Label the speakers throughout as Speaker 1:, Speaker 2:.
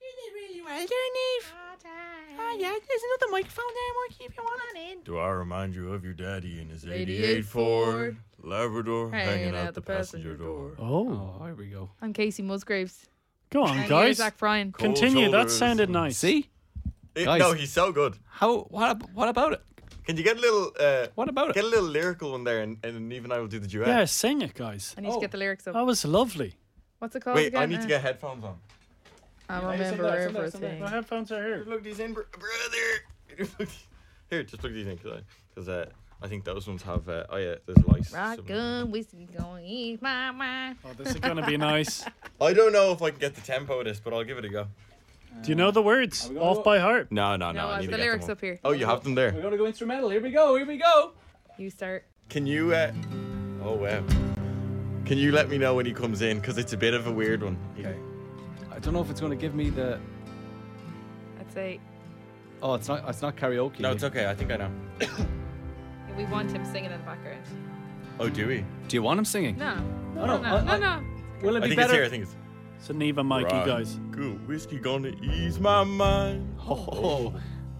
Speaker 1: did really well there, Neve. Ah, yeah, there's another microphone there, Mikey, if you want it.
Speaker 2: Do I remind you of your daddy in his
Speaker 3: 88
Speaker 2: 88 Ford
Speaker 3: Ford
Speaker 2: Labrador hanging, out the passenger door?
Speaker 4: Oh,
Speaker 3: Oh, here we go.
Speaker 4: I'm Casey Musgraves.
Speaker 5: Go on,
Speaker 4: And
Speaker 5: guys.
Speaker 4: here's Zach Bryan.
Speaker 2: Cold
Speaker 5: Continue. That
Speaker 2: shoulders
Speaker 5: sounded
Speaker 2: and-
Speaker 5: nice.
Speaker 3: See
Speaker 2: Eh,
Speaker 3: Guys.
Speaker 2: No, he's so good.
Speaker 3: how? What? ab- What about it?
Speaker 2: Can you get a little uh,
Speaker 3: What about it?
Speaker 2: get a little lyrical one there, and, and Neve and I will do the duet.
Speaker 5: Yeah, sing it, guys.
Speaker 4: I need to
Speaker 3: Oh.
Speaker 4: get the lyrics up.
Speaker 5: That was lovely.
Speaker 4: What's it called
Speaker 2: Wait,
Speaker 4: again?
Speaker 2: I need to
Speaker 4: Uh,
Speaker 2: get headphones on.
Speaker 4: I remember everything.
Speaker 5: My headphones are here.
Speaker 2: Plug these in, br- brother. Here, just plug these in, cause I, cause uh, I think those ones have. Uh, oh yeah, there's lice.
Speaker 4: Rock
Speaker 2: somewhere.
Speaker 4: on, whiskey, gonna eat my mind.
Speaker 5: Oh, this is gonna be nice.
Speaker 2: I don't know if I can get the tempo of this, but I'll give it a go.
Speaker 5: Do you know the words
Speaker 3: we gonna
Speaker 5: off
Speaker 3: go-
Speaker 5: by heart?
Speaker 2: No,
Speaker 4: No,
Speaker 2: no, no. Oh, I
Speaker 4: I've
Speaker 2: need
Speaker 4: the
Speaker 2: to get
Speaker 4: lyrics
Speaker 2: them
Speaker 4: up here.
Speaker 2: Oh, you have them
Speaker 3: We're
Speaker 2: there.
Speaker 3: gonna go instrumental. Here we go. Here we go.
Speaker 4: You start.
Speaker 2: Can you? Uh, oh wow. Can you let me know when he comes in? Cause it's a bit of a weird one.
Speaker 3: I don't know if it's gonna give me the.
Speaker 4: I'd say
Speaker 3: Oh, it's not. It's not karaoke.
Speaker 2: No, it's okay. I think I know.
Speaker 4: we want him singing in the background.
Speaker 2: Oh, do we?
Speaker 3: Do you want him singing?
Speaker 4: No.
Speaker 3: Oh, no,
Speaker 4: No, no,
Speaker 3: I-
Speaker 4: no,
Speaker 3: I-
Speaker 4: no.
Speaker 3: Will it be
Speaker 2: I think it's here. I
Speaker 3: better?
Speaker 2: think it's.
Speaker 5: It's an Eva Mikey,
Speaker 2: Right.
Speaker 5: guys.
Speaker 2: Cool. Whiskey gonna ease my mind.
Speaker 3: Oh,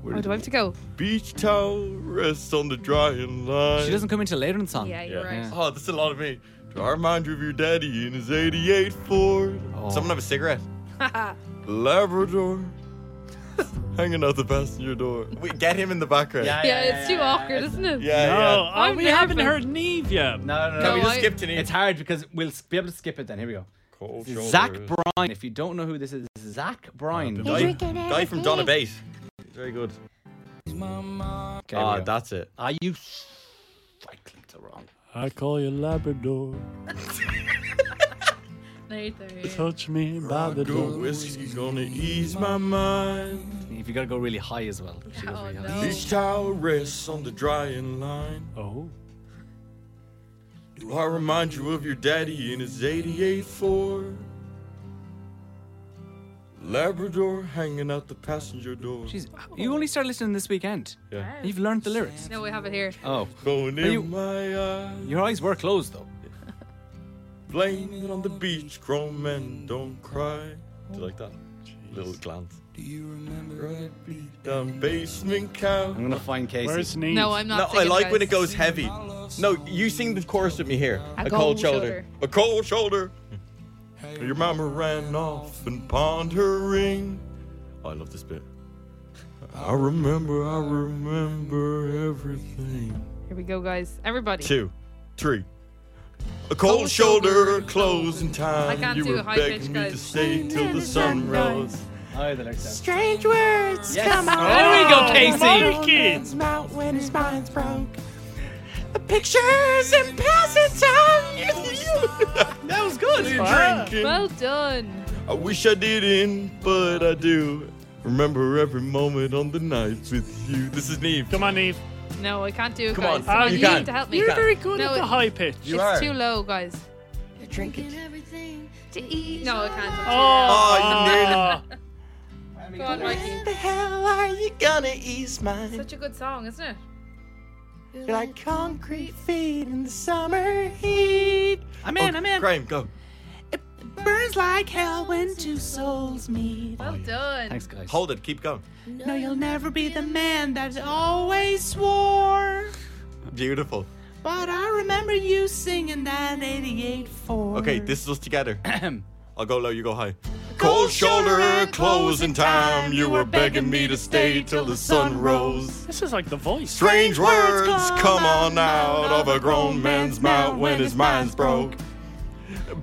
Speaker 4: Oh, do I have to go?
Speaker 2: Beach towel rests on the drying line.
Speaker 3: she doesn't come in till later in the song.
Speaker 4: Yeah, you're
Speaker 2: Yeah.
Speaker 4: right.
Speaker 2: Oh, that's a lot of me. Do I remind you of your daddy in his 88 Ford?
Speaker 3: Oh.
Speaker 2: Someone have a cigarette? Labrador. Hanging out the passenger door. Wait, get him in the background.
Speaker 4: Yeah, it's too awkward, isn't it?
Speaker 2: Yeah,
Speaker 5: No,
Speaker 2: yeah.
Speaker 5: oh,
Speaker 4: I'm
Speaker 5: we haven't
Speaker 4: nervous.
Speaker 5: heard Neve yet.
Speaker 3: No, no,
Speaker 2: Can
Speaker 3: no.
Speaker 2: we
Speaker 4: No,
Speaker 2: just
Speaker 4: I-
Speaker 2: skip to Neve?
Speaker 3: It's hard because we'll s- be able to skip it. Then here we go.
Speaker 2: Cold
Speaker 3: Zach
Speaker 2: shoulders. Oh,
Speaker 3: Bryan. If you don't know who this is, Zach Bryan.
Speaker 5: Guy-
Speaker 2: Guy, guy from Donna Base. Very good.
Speaker 3: Okay, here we
Speaker 2: Ah,
Speaker 3: go.
Speaker 2: that's it.
Speaker 3: Are you? s- I clicked it wrong.
Speaker 5: I call you Labrador.
Speaker 4: Right there.
Speaker 5: Touch me by the door.
Speaker 2: whiskey gonna ease my mind.
Speaker 3: If you gotta go really high as well. She goes
Speaker 4: Oh,
Speaker 3: really
Speaker 4: no.
Speaker 3: high.
Speaker 2: Each towel rests on the drying line.
Speaker 5: Oh,
Speaker 2: Do I remind you of your daddy in his 88 Ford? Labrador hanging out the passenger door.
Speaker 3: Jeez, you only started listening this weekend.
Speaker 2: Yeah.
Speaker 3: You've learned the lyrics.
Speaker 4: No, we have it here.
Speaker 3: Oh,
Speaker 2: Going in
Speaker 3: you-
Speaker 2: my eyes,
Speaker 3: your eyes were closed though.
Speaker 2: playing it on the beach, grown men don't cry. Do you like that? Little glance. Do you remember right beat down basement couch?
Speaker 3: I'm gonna find Casey.
Speaker 5: where's Neve?
Speaker 4: No, I'm
Speaker 2: No,
Speaker 4: not.
Speaker 2: I
Speaker 4: singing,
Speaker 2: like when
Speaker 4: guys.
Speaker 2: it goes heavy. No, you sing the chorus with me here.
Speaker 4: A cold shoulder.
Speaker 2: A cold shoulder. Your mama ran off and pawned her ring. I love this bit. I remember, I remember everything.
Speaker 4: Here we go, guys. Everybody.
Speaker 2: Two, three. A cold shoulder, closing time.
Speaker 4: I can't
Speaker 2: you
Speaker 4: do
Speaker 2: were
Speaker 4: a high
Speaker 2: begging
Speaker 4: pitch,
Speaker 2: me to
Speaker 4: guys.
Speaker 2: stay till the sun rose.
Speaker 3: Oh, the lyrics. down.
Speaker 1: Strange words come out.
Speaker 3: There we go, Casey.
Speaker 5: Mikey!
Speaker 1: mouth when his mind's broke. The pictures and passes on
Speaker 3: That was good.
Speaker 2: Drinking.
Speaker 4: Well done.
Speaker 2: I wish I didn't, but I do. Remember every moment on the nights with you. This is Neve.
Speaker 5: Come on, Neve.
Speaker 4: No, I can't do it,
Speaker 2: Come
Speaker 4: guys.
Speaker 2: on.
Speaker 4: Come
Speaker 5: Ah,
Speaker 4: on,
Speaker 5: you
Speaker 4: you,
Speaker 2: can.
Speaker 4: need to help me.
Speaker 5: You're very good
Speaker 4: No,
Speaker 5: at the
Speaker 4: it-
Speaker 5: high pitch.
Speaker 2: You
Speaker 4: it's
Speaker 2: are.
Speaker 4: too low, guys. No, I can't.
Speaker 5: Oh,
Speaker 4: Go on, Mikey.
Speaker 1: the hell are you gonna ease mine?
Speaker 4: Such a good song, isn't it?
Speaker 1: You're like concrete feet in the summer heat.
Speaker 3: I'm in. I'm in.
Speaker 2: Graham, go.
Speaker 1: It burns like hell when two souls meet.
Speaker 2: Oh,
Speaker 4: Well done.
Speaker 3: Thanks, guys.
Speaker 2: Hold it, keep going.
Speaker 1: No, you'll never be the man that always swore.
Speaker 2: Beautiful.
Speaker 1: But I remember you singing that 88 4.
Speaker 2: Okay, this is us together.
Speaker 3: Ahem.
Speaker 2: I'll go low, you go high.
Speaker 1: Cold shoulder, closing time. You were begging me to stay till the sun rose.
Speaker 5: this is like the voice.
Speaker 2: Strange words come on out of a grown man's mouth when his mind's broke.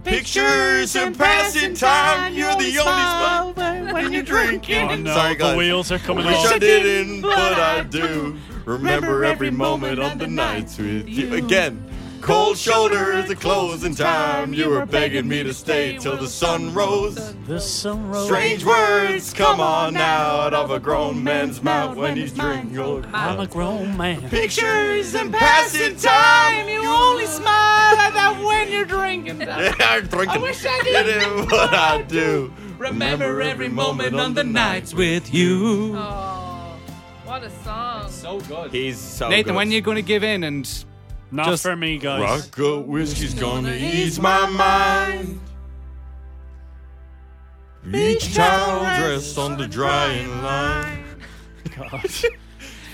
Speaker 2: Pictures and passing time, you're the only spot
Speaker 1: smile
Speaker 2: when you're
Speaker 5: Oh,
Speaker 2: drinking.
Speaker 5: no,
Speaker 2: Sorry,
Speaker 5: the
Speaker 2: guys.
Speaker 5: wheels are coming
Speaker 2: Wish I
Speaker 5: off.
Speaker 2: didn't, but I do. Remember every moment of the nights with you. Again, cold shoulders, the closing time. You were begging me to stay till the sun rose.
Speaker 5: The sun rose.
Speaker 2: Strange words come on out of a grown man's mouth when he's drinking.
Speaker 5: I'm a grown man.
Speaker 2: Pictures and passing time. You only smile at that
Speaker 1: when you're drinking.
Speaker 2: yeah, I'm drinking. I wish I didn't, but I do.
Speaker 3: Remember every moment on the nights with you.
Speaker 4: Oh, what a song.
Speaker 3: So good.
Speaker 2: He's so
Speaker 3: Nathan,
Speaker 2: good.
Speaker 3: when are you gonna give in? And
Speaker 5: Not
Speaker 3: Just-
Speaker 5: for me, guys.
Speaker 2: Rocco whiskey's gonna ease my mind. Each child dressed on the drying line.
Speaker 5: Gosh.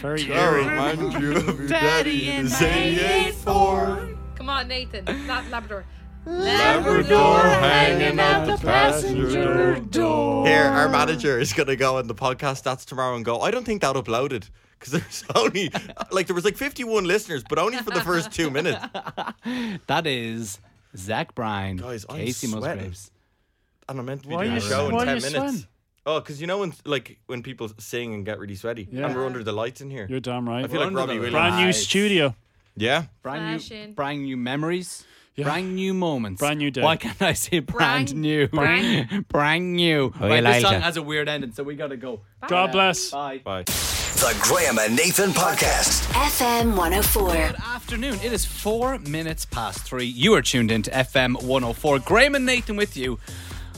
Speaker 5: Very
Speaker 2: I
Speaker 5: eerie.
Speaker 2: remind you of your daddy in his 884.
Speaker 4: Come on, Nathan. Not Labrador.
Speaker 2: Labrador hanging out the passenger door.
Speaker 1: Here, our manager is going to go on the podcast stats tomorrow and go, I don't think that uploaded. Because there's only, like, there was like 51 listeners, but only for the first two minutes.
Speaker 6: That is Zach Bryan,
Speaker 1: Guys, I'm
Speaker 6: Casey
Speaker 1: sweating.
Speaker 6: Musgraves.
Speaker 1: And I'm meant to be
Speaker 5: Why
Speaker 1: doing
Speaker 5: are
Speaker 1: a
Speaker 5: you-
Speaker 1: show in
Speaker 5: why are
Speaker 1: 10
Speaker 5: you
Speaker 1: minutes.
Speaker 5: sweating?
Speaker 1: Oh, because you know when, like, when people sing and get really sweaty?
Speaker 5: Yeah.
Speaker 1: And we're under the lights in here.
Speaker 5: You're damn right.
Speaker 1: I feel like
Speaker 6: Under
Speaker 1: Robbie
Speaker 6: the
Speaker 1: Williams.
Speaker 5: Brand new
Speaker 6: Nice.
Speaker 5: studio.
Speaker 1: Yeah.
Speaker 6: Brand new,
Speaker 4: Flashing.
Speaker 6: brand new memories. Brand new moments.
Speaker 5: Brand new day.
Speaker 6: Why can't I say brand,
Speaker 4: Brand-
Speaker 6: new?
Speaker 4: brand-
Speaker 6: brand new. Right, this
Speaker 1: Elijah.
Speaker 6: song has a weird ending, so we gotta go.
Speaker 5: God bless.
Speaker 6: Bye.
Speaker 1: Bye.
Speaker 7: The Graham and Nathan Podcast.
Speaker 8: FM 104.
Speaker 6: Good afternoon. It is four minutes past three. You are tuned in to FM 104. Graham and Nathan with you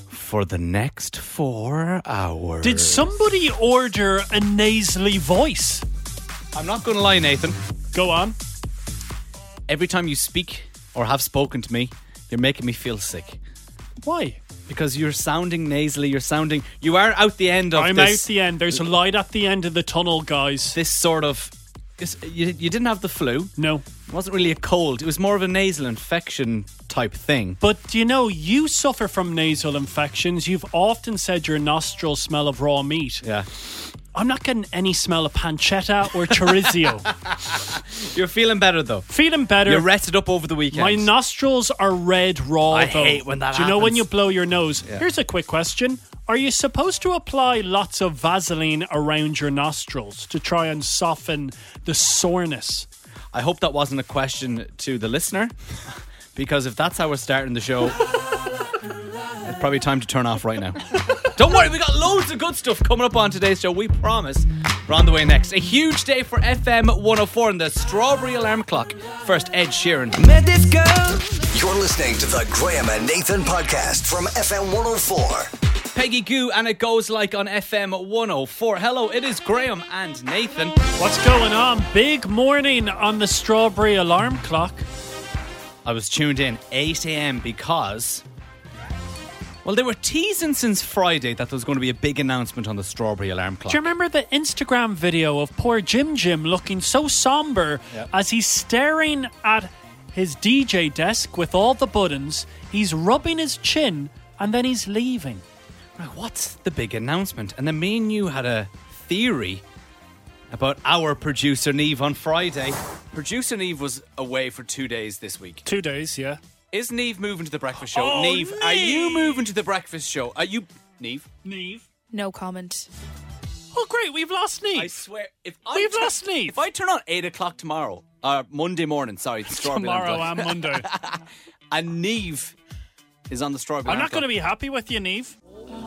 Speaker 6: for the next four hours.
Speaker 5: Did somebody order a nasally voice?
Speaker 6: I'm not gonna lie, Nathan.
Speaker 5: Go on.
Speaker 6: Every time you speak or have spoken to me, you're making me feel sick.
Speaker 5: Why?
Speaker 6: Because you're sounding nasally, you're sounding you are out the end of
Speaker 5: I'm
Speaker 6: this
Speaker 5: out the end. There's a light at the end of the tunnel, guys.
Speaker 6: this sort of this- you, you didn't have the flu.
Speaker 5: No.
Speaker 6: It wasn't really a cold. It was more of a nasal infection type thing.
Speaker 5: But you know, you suffer from nasal infections. You've often said your nostrils smell of raw meat.
Speaker 6: Yeah.
Speaker 5: I'm not getting any smell of pancetta or chorizo.
Speaker 6: You're feeling better though.
Speaker 5: Feeling better.
Speaker 6: You're rested up over the weekend.
Speaker 5: My nostrils are red raw.
Speaker 6: I
Speaker 5: though.
Speaker 6: hate when that
Speaker 5: Do you know when
Speaker 6: happens.
Speaker 5: you blow your nose? Here's a quick question: Are you supposed to apply lots of Vaseline around your nostrils to try and soften the soreness?
Speaker 6: I hope that wasn't a question to the listener, because if that's how we're starting the show, it's probably time to turn off right now. Don't worry, we got loads of good stuff coming up on today's show. We promise. We're on the way next. A huge day for FM 104 and the Strawberry Alarm Clock. First, Ed Sheeran.
Speaker 7: Let this go.
Speaker 9: You're listening to the Graham and Nathan podcast from FM 104.
Speaker 6: Peggy Goo and it goes like on FM 104. Hello, it is Graham and Nathan.
Speaker 5: What's going on? Big morning on the strawberry alarm clock.
Speaker 6: I was tuned in 8 a.m. because. Well, they were teasing since Friday that there was going to be a big announcement on the strawberry alarm clock.
Speaker 5: Do you remember the Instagram video of poor Jim Jim looking so somber as he's staring at his DJ desk with all the buttons? He's rubbing his chin and then he's leaving.
Speaker 6: Right, what's the big announcement? And then me and you had a theory about our producer Neve on Friday. Producer Neve was away for two days this week.
Speaker 5: Two days, yeah.
Speaker 6: Is Neve moving to the breakfast show?
Speaker 5: Oh,
Speaker 6: Neve, are you
Speaker 5: Niamh!
Speaker 6: moving to the breakfast show? Are you Neve?
Speaker 5: Neve.
Speaker 10: No comment.
Speaker 5: Oh, great, we've lost Neve.
Speaker 6: I swear, if I
Speaker 5: We've
Speaker 6: tu-
Speaker 5: lost Niamh.
Speaker 6: If I turn on eight o'clock tomorrow, uh, Monday morning, sorry, the strawberry alarm
Speaker 5: Tomorrow
Speaker 6: clock,
Speaker 5: and Monday.
Speaker 6: and Neve is on the strawberry.
Speaker 5: I'm not going to be happy with you, Neve.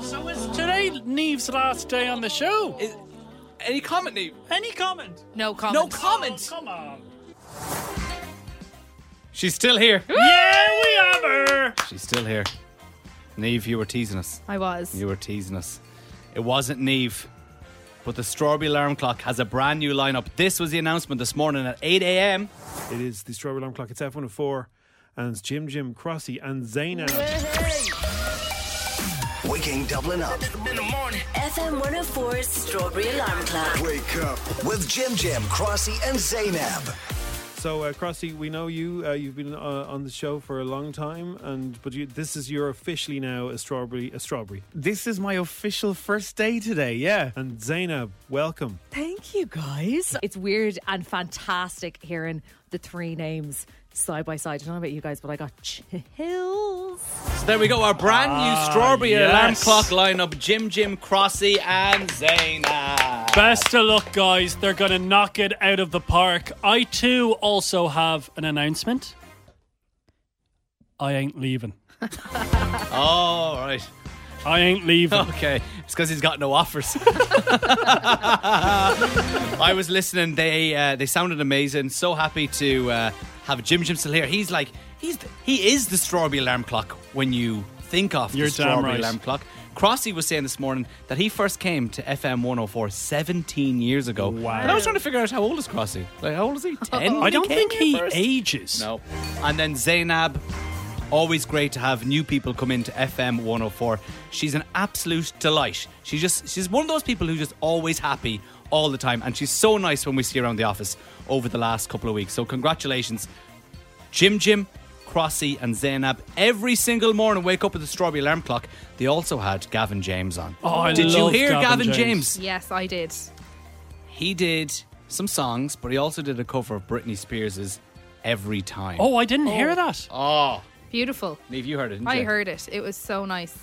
Speaker 5: So is today Neve's last day on the show?
Speaker 6: Any comment, Neve?
Speaker 5: Any comment?
Speaker 10: No comment.
Speaker 6: No comment.
Speaker 5: Come on.
Speaker 6: She's still here.
Speaker 5: Yeah, we have her.
Speaker 6: She's still here. Neve, you were teasing us.
Speaker 10: I was.
Speaker 6: You were teasing us. It wasn't Neve. But the Strawberry Alarm Clock has a brand new lineup. This was the announcement this morning at 8 a.m.
Speaker 11: It is the Strawberry Alarm Clock. It's F104 and it's Jim Jim Crossy and Zaynab.
Speaker 9: Waking Dublin up
Speaker 8: FM 104's Strawberry Alarm Clock.
Speaker 9: with Jim Jim, Crossy, and Zaynab.
Speaker 11: So uh, Crossy, we know you. Uh, you've been uh, on the show for a long time, and but you, this is you're officially now a strawberry. A strawberry.
Speaker 12: This is my official first day today, yeah.
Speaker 11: And Zaynab, welcome.
Speaker 10: Thank you guys. It's weird and fantastic hearing the three names side by side. I don't know about you guys, but I got chills.
Speaker 6: So there we go, our brand new Strawberry
Speaker 5: Ah, yes.
Speaker 6: Alarm Clock lineup Jim Jim Crossy and Zaina.
Speaker 5: Best of luck, guys. They're going to knock it out of the park. I too also have an announcement. I ain't leaving.
Speaker 6: All right.
Speaker 5: I ain't leaving.
Speaker 6: Okay. It's because he's got no offers. I was listening. They uh, they sounded amazing. So happy to uh, have Jim Jim still here. He's like he's the, he is the strawberry alarm clock when you think of
Speaker 5: You're
Speaker 6: the
Speaker 5: damn
Speaker 6: strawberry
Speaker 5: right.
Speaker 6: alarm clock. Crossy was saying this morning that he first came to FM 104 17 oh years ago. Wow. And I was trying to figure out how old is
Speaker 5: Oh,
Speaker 6: Crossy? Like how old is he? 10?
Speaker 5: I don't think he ages.
Speaker 6: No. And then Zainab Always great to have new people come into FM 104. She's an absolute delight. She just she's one of those people who's just always happy all the time, and she's so nice when we see her around the office over the last couple of weeks. So congratulations, Jim Jim, Crossy, and Zainab. Every single morning, wake up with the strawberry alarm clock. They also had Gavin James on.
Speaker 5: Oh, I
Speaker 6: did you
Speaker 5: love
Speaker 6: hear
Speaker 5: Gavin
Speaker 6: Gavin,
Speaker 5: James.
Speaker 6: James?
Speaker 4: Yes, I did.
Speaker 6: He did some songs, but he also did a cover of Britney Spears' "Every Time."
Speaker 5: Oh, I didn't hear that.
Speaker 6: Oh,
Speaker 4: Beautiful.
Speaker 6: Neve, you heard it. Didn't
Speaker 4: I
Speaker 6: you?
Speaker 4: heard it. It was so nice.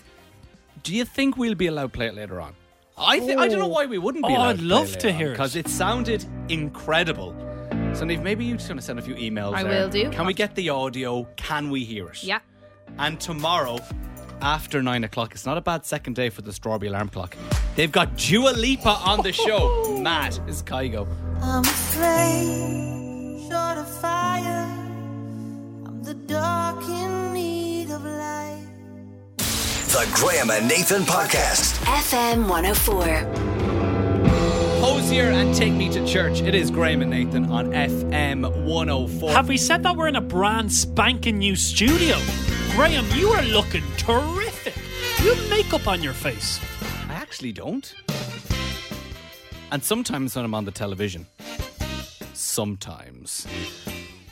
Speaker 6: Do you think we'll be allowed to play it later on? I think I don't know why we wouldn't be.
Speaker 5: Oh,
Speaker 6: allowed
Speaker 5: I'd
Speaker 6: to
Speaker 5: love to hear it.
Speaker 6: because it sounded incredible. So, Neve, maybe you're just going to send a few emails.
Speaker 4: I
Speaker 6: there.
Speaker 4: will do.
Speaker 6: Can we get the audio? Can we hear it?
Speaker 4: Yeah.
Speaker 6: And tomorrow, after nine o'clock, it's not a bad second day for the strawberry alarm clock. They've got Dua Lipa on the show. Mad is Kygo.
Speaker 13: I'm afraid, short of fire. I'm the dark in need of light.
Speaker 9: The Graham and Nathan Podcast.
Speaker 8: FM 104.
Speaker 6: Hosier and Take Me to Church. It is Graham and Nathan on FM 104.
Speaker 5: Have we said that we're in a brand spanking new studio? Graham, you are looking terrific. You have makeup on your face.
Speaker 6: I actually don't. And sometimes when I'm on the television, sometimes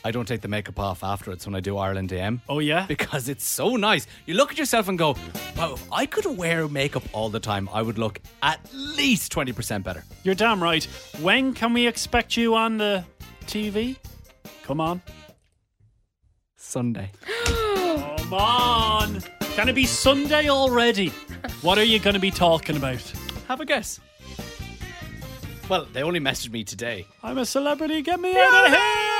Speaker 6: I don't take the makeup off afterwards when I do Ireland AM.
Speaker 5: Oh, yeah?
Speaker 6: Because it's so nice. You look at yourself and go, wow, if I could wear makeup all the time, I would look at least 20% better.
Speaker 5: You're damn right. When can we expect you on the TV? Come on.
Speaker 6: Sunday.
Speaker 5: Come on. Can it be Sunday already? What are you going to be talking about?
Speaker 6: Have a guess. Well, they only messaged me today.
Speaker 5: I'm a celebrity. Get me out of here.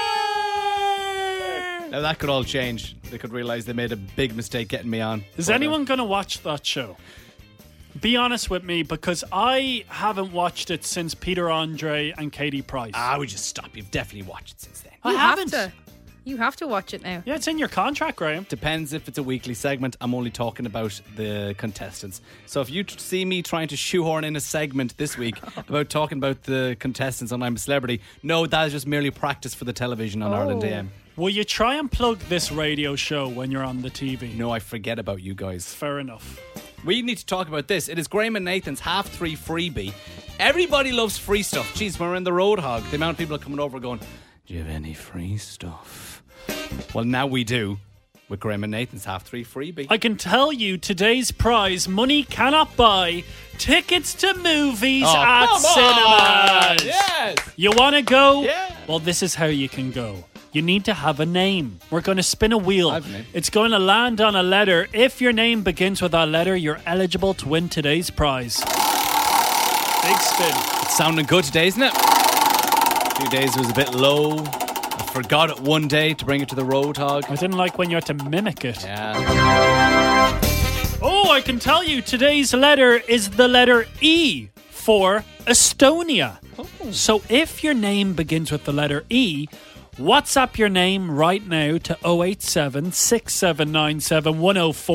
Speaker 6: Now that could all change. They could realize they made a big mistake getting me on.
Speaker 5: Is
Speaker 6: But, uh,
Speaker 5: anyone going to watch that show? Be honest with me because I haven't watched it since Peter Andre and Katie Price.
Speaker 6: Ah, we just stop. You've definitely watched it since then.
Speaker 5: I
Speaker 4: You have
Speaker 5: haven't.
Speaker 4: to. You have to watch it now.
Speaker 5: Yeah, it's in your contract, Graham.
Speaker 6: Depends if it's a weekly segment. I'm only talking about the contestants. So if you t- see me trying to shoehorn in a segment this week about talking about the contestants on I'm a Celebrity, no, that is just merely practice for the television on
Speaker 5: Oh.
Speaker 4: Oh.
Speaker 6: Ireland AM.
Speaker 5: Will you try and plug this radio show when you're on the TV?
Speaker 6: No, I forget about you guys.
Speaker 5: Fair enough.
Speaker 6: We need to talk about this. It is Graham and Nathan's half three freebie. Everybody loves free stuff. Jeez, we're in the road hog. The amount of people are coming over going, Do you have any free stuff? Well, now we do with Graham and Nathan's half three freebie.
Speaker 5: I can tell you today's prize money cannot buy tickets to movies
Speaker 6: Oh,
Speaker 5: at
Speaker 6: come on!
Speaker 5: cinemas.
Speaker 6: Yes!
Speaker 5: You want to go? Yeah. Well, this is how you can go. You need to have a name. We're going to spin a wheel. It's going to land on a letter. If your name begins with that letter, you're eligible to win today's prize. Big spin.
Speaker 6: It's sounding good today, isn't it? Two days it was a bit low. I forgot it one day to bring it to the road hog. I
Speaker 5: didn't like when you had to mimic it.
Speaker 6: Yeah.
Speaker 5: Oh, I can tell you today's letter is the letter E for Estonia. So if your name begins with the letter E, WhatsApp your name right now to 087 6797104.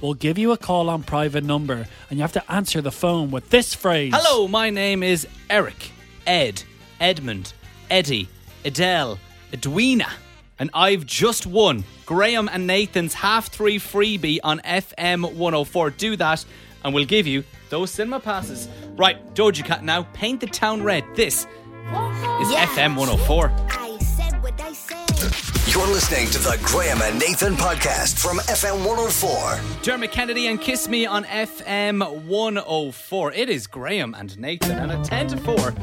Speaker 5: We'll give you a call on private number and you have to answer the phone with this phrase.
Speaker 6: Hello, my name is Eric, Ed, Edmund, Eddie, Adele, Edwina, and I've just won Graham and Nathan's half three freebie on FM 104. Do that, and we'll give you those cinema passes. Right, Doja Cat now, paint the town red. This is FM 104.
Speaker 9: You're listening to the Graham and Nathan Podcast from FM 104.
Speaker 6: Dermot Kennedy and Kiss Me on FM 104. It is Graham and Nathan, and at 10 to 4,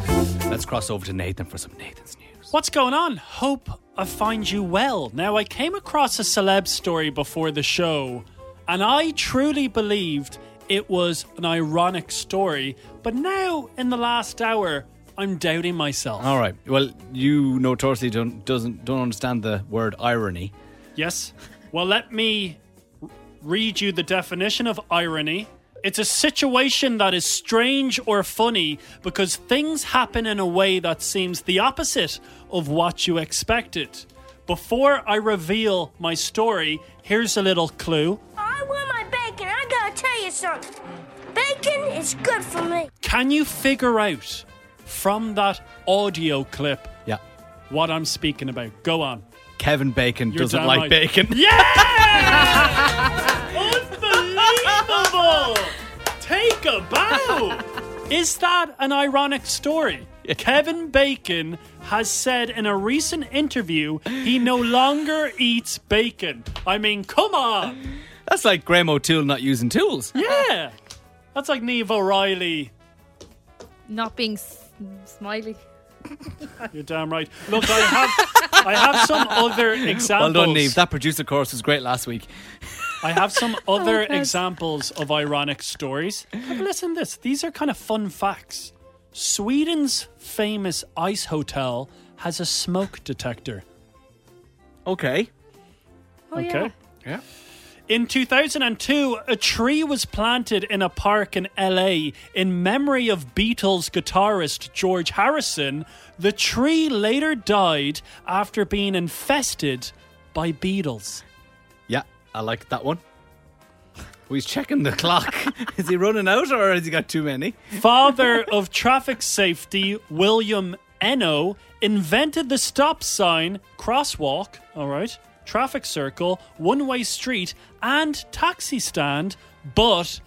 Speaker 6: let's cross over to Nathan for some Nathan's news.
Speaker 5: What's going on? Hope I find you well. Now, I came across a celeb story before the show, and I truly believed it was an ironic story, but now in the last hour, I'm doubting myself.
Speaker 6: All right. Well, you notoriously don't doesn't don't understand the word irony.
Speaker 5: Yes? Well, let me r- read you the definition of irony. It's a situation that is strange or funny because things happen in a way that seems the opposite of what you expected. Before I reveal my story, here's a little clue.
Speaker 14: I want my bacon. I gotta tell you something. Bacon is good for me.
Speaker 5: Can you figure out from that audio clip
Speaker 6: Yeah.
Speaker 5: what I'm speaking about? Go on.
Speaker 6: Kevin Bacon
Speaker 5: You're
Speaker 6: doesn't
Speaker 5: damn
Speaker 6: like
Speaker 5: right.
Speaker 6: bacon.
Speaker 5: Yeah. Unbelievable! Take a bow! Is that an ironic story? Kevin Bacon has said in a recent interview he no longer eats bacon. I mean, come on!
Speaker 6: That's like Graham O'Toole not using tools.
Speaker 5: Yeah! That's like Neve O'Reilly.
Speaker 4: Not being s- smiley.
Speaker 5: You're damn right. Look, I have, I have some other examples.
Speaker 6: Well done, Neve. That producer course was great last week.
Speaker 5: I have some other
Speaker 6: Oh, God.
Speaker 5: examples of ironic stories. Have a listen to this. These are kind of fun facts. Sweden's famous ice hotel has a smoke detector.
Speaker 6: Okay.
Speaker 5: Oh, Okay.
Speaker 6: Yeah.
Speaker 5: In 2002, a tree was planted in a park in LA in memory of Beatles guitarist George Harrison. The tree later died after being infested by beetles.
Speaker 6: Yeah, I like that one. Well, he's checking the clock. is he running out or has he got too many?
Speaker 5: Father of traffic safety, William Eno, invented the stop sign, crosswalk, all right, traffic circle, one way street, and taxi stand, but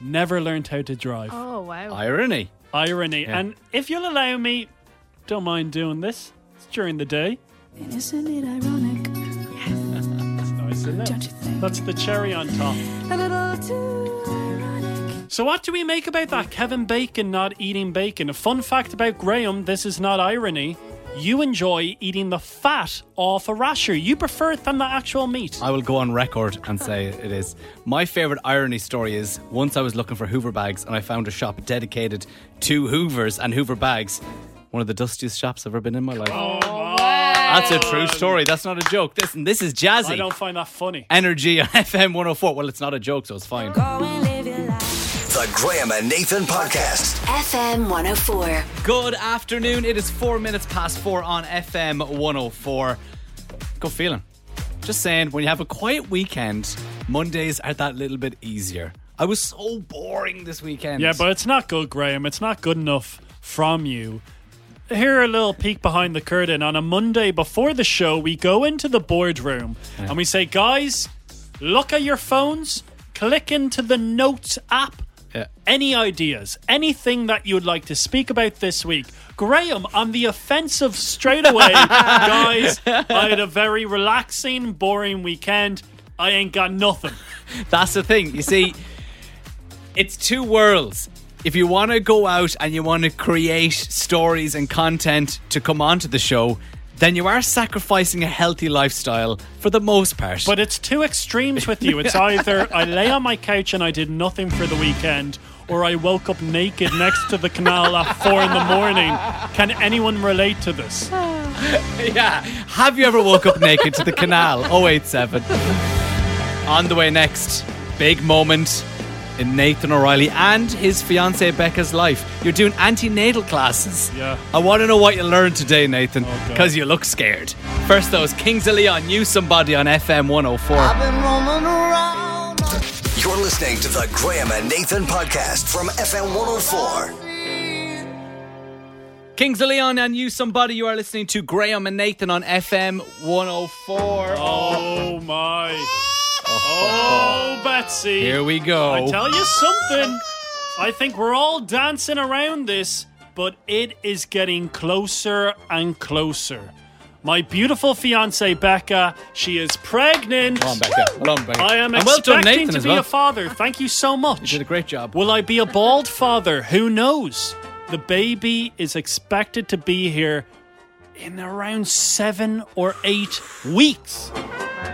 Speaker 5: never learned how to drive.
Speaker 4: Oh, wow.
Speaker 6: Irony.
Speaker 5: Irony.
Speaker 6: Yeah.
Speaker 5: And if you'll allow me, don't mind doing this. It's during the day.
Speaker 13: Isn't it ironic?
Speaker 5: That's nice, isn't it? That's the cherry on top.
Speaker 13: A little too.
Speaker 5: So, what do we make about that? Kevin Bacon not eating bacon. A fun fact about Graham this is not irony. You enjoy eating the fat off a rasher. You prefer it than the actual meat.
Speaker 6: I will go on record and say it is. My favorite irony story is once I was looking for Hoover bags and I found a shop dedicated to Hoovers and Hoover bags. One of the dustiest shops I've ever been in my life.
Speaker 5: Oh,
Speaker 6: That's a true story. That's not a joke. Listen, this is jazzy.
Speaker 5: I don't find that funny.
Speaker 6: Energy on FM 104. Well, it's not a joke, so it's fine.
Speaker 9: The Graham and Nathan Podcast.
Speaker 8: FM 104.
Speaker 6: Good afternoon. It is four minutes past four on FM 104. Good feeling. Just saying, when you have a quiet weekend, Mondays are that little bit easier. I was so boring this weekend.
Speaker 5: Yeah, but it's not good, Graham. It's not good enough from you. Here, a little peek behind the curtain. On a Monday before the show, we go into the boardroom and we say, guys, look at your phones, click into the notes app.
Speaker 6: Yeah.
Speaker 5: Any ideas? Anything that you would like to speak about this week? Graham, on the offensive straight away, guys, I had a very relaxing, boring weekend. I ain't got nothing.
Speaker 6: That's the thing. You see, it's two worlds. If you want to go out and you want to create stories and content to come onto the show, then you are sacrificing a healthy lifestyle for the most part.
Speaker 5: But it's two extremes with you. It's either I lay on my couch and I did nothing for the weekend, or I woke up naked next to the canal at four in the morning. Can anyone relate to this?
Speaker 6: yeah. Have you ever woke up naked to the canal? 087. On the way next, big moment in Nathan O'Reilly and his fiancee Becca's life. You're doing antenatal classes.
Speaker 5: Yeah.
Speaker 6: I want to know what you learned today, Nathan, because you look scared. First, those Kings of Leon, you somebody on FM 104.
Speaker 9: You're listening to the Graham and Nathan Podcast from FM 104.
Speaker 6: Kings of Leon and you somebody. You are listening to Graham and Nathan on FM 104.
Speaker 5: Oh my. Oh, Betsy.
Speaker 6: Here we go.
Speaker 5: I tell you something. I think we're all dancing around this, but it is getting closer and closer. My beautiful fiancee Becca, she is pregnant.
Speaker 6: Come on, Becca. Well done, Becca.
Speaker 5: I am
Speaker 6: And well
Speaker 5: expecting
Speaker 6: done, Nathan,
Speaker 5: to
Speaker 6: as
Speaker 5: be
Speaker 6: well.
Speaker 5: a father. Thank you so much. You
Speaker 6: did a great job.
Speaker 5: Will I be a bald father? Who knows? The baby is expected to be here in around seven or eight weeks.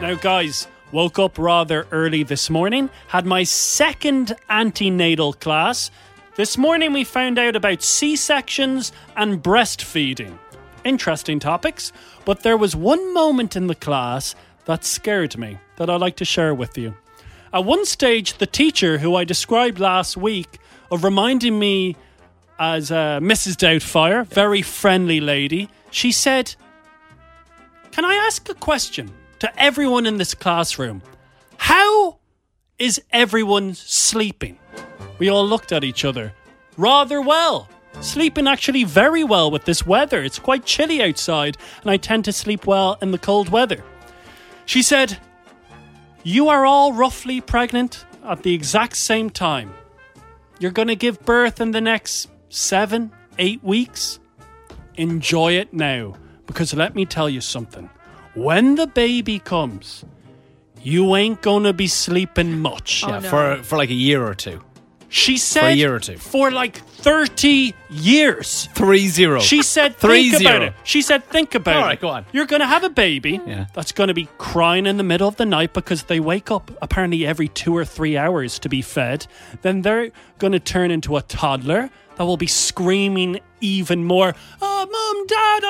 Speaker 5: Now, guys, woke up rather early this morning, had my second antenatal class. This morning, we found out about C sections and breastfeeding. Interesting topics, but there was one moment in the class that scared me that I'd like to share with you. At one stage, the teacher who I described last week of reminding me as uh, Mrs. Doubtfire, very friendly lady, she said, Can I ask a question to everyone in this classroom? How is everyone sleeping? We all looked at each other. Rather well. Sleeping actually very well with this weather. It's quite chilly outside, and I tend to sleep well in the cold weather. She said, You are all roughly pregnant at the exact same time. You're going to give birth in the next seven, eight weeks. Enjoy it now. Because let me tell you something. When the baby comes, you ain't going to be sleeping much.
Speaker 6: Yeah, for for like a year or two.
Speaker 5: She said
Speaker 6: For a year or two.
Speaker 5: for like 30 years.
Speaker 6: Three zero.
Speaker 5: She said,
Speaker 6: three
Speaker 5: think about
Speaker 6: zero.
Speaker 5: it. She said, think about it.
Speaker 6: All right, go on.
Speaker 5: You're going to have a baby
Speaker 6: Yeah.
Speaker 5: that's going to be crying in the middle of the night because they wake up apparently every two or three hours to be fed. Then they're going to turn into a toddler that will be screaming even more, Oh, mom, dad,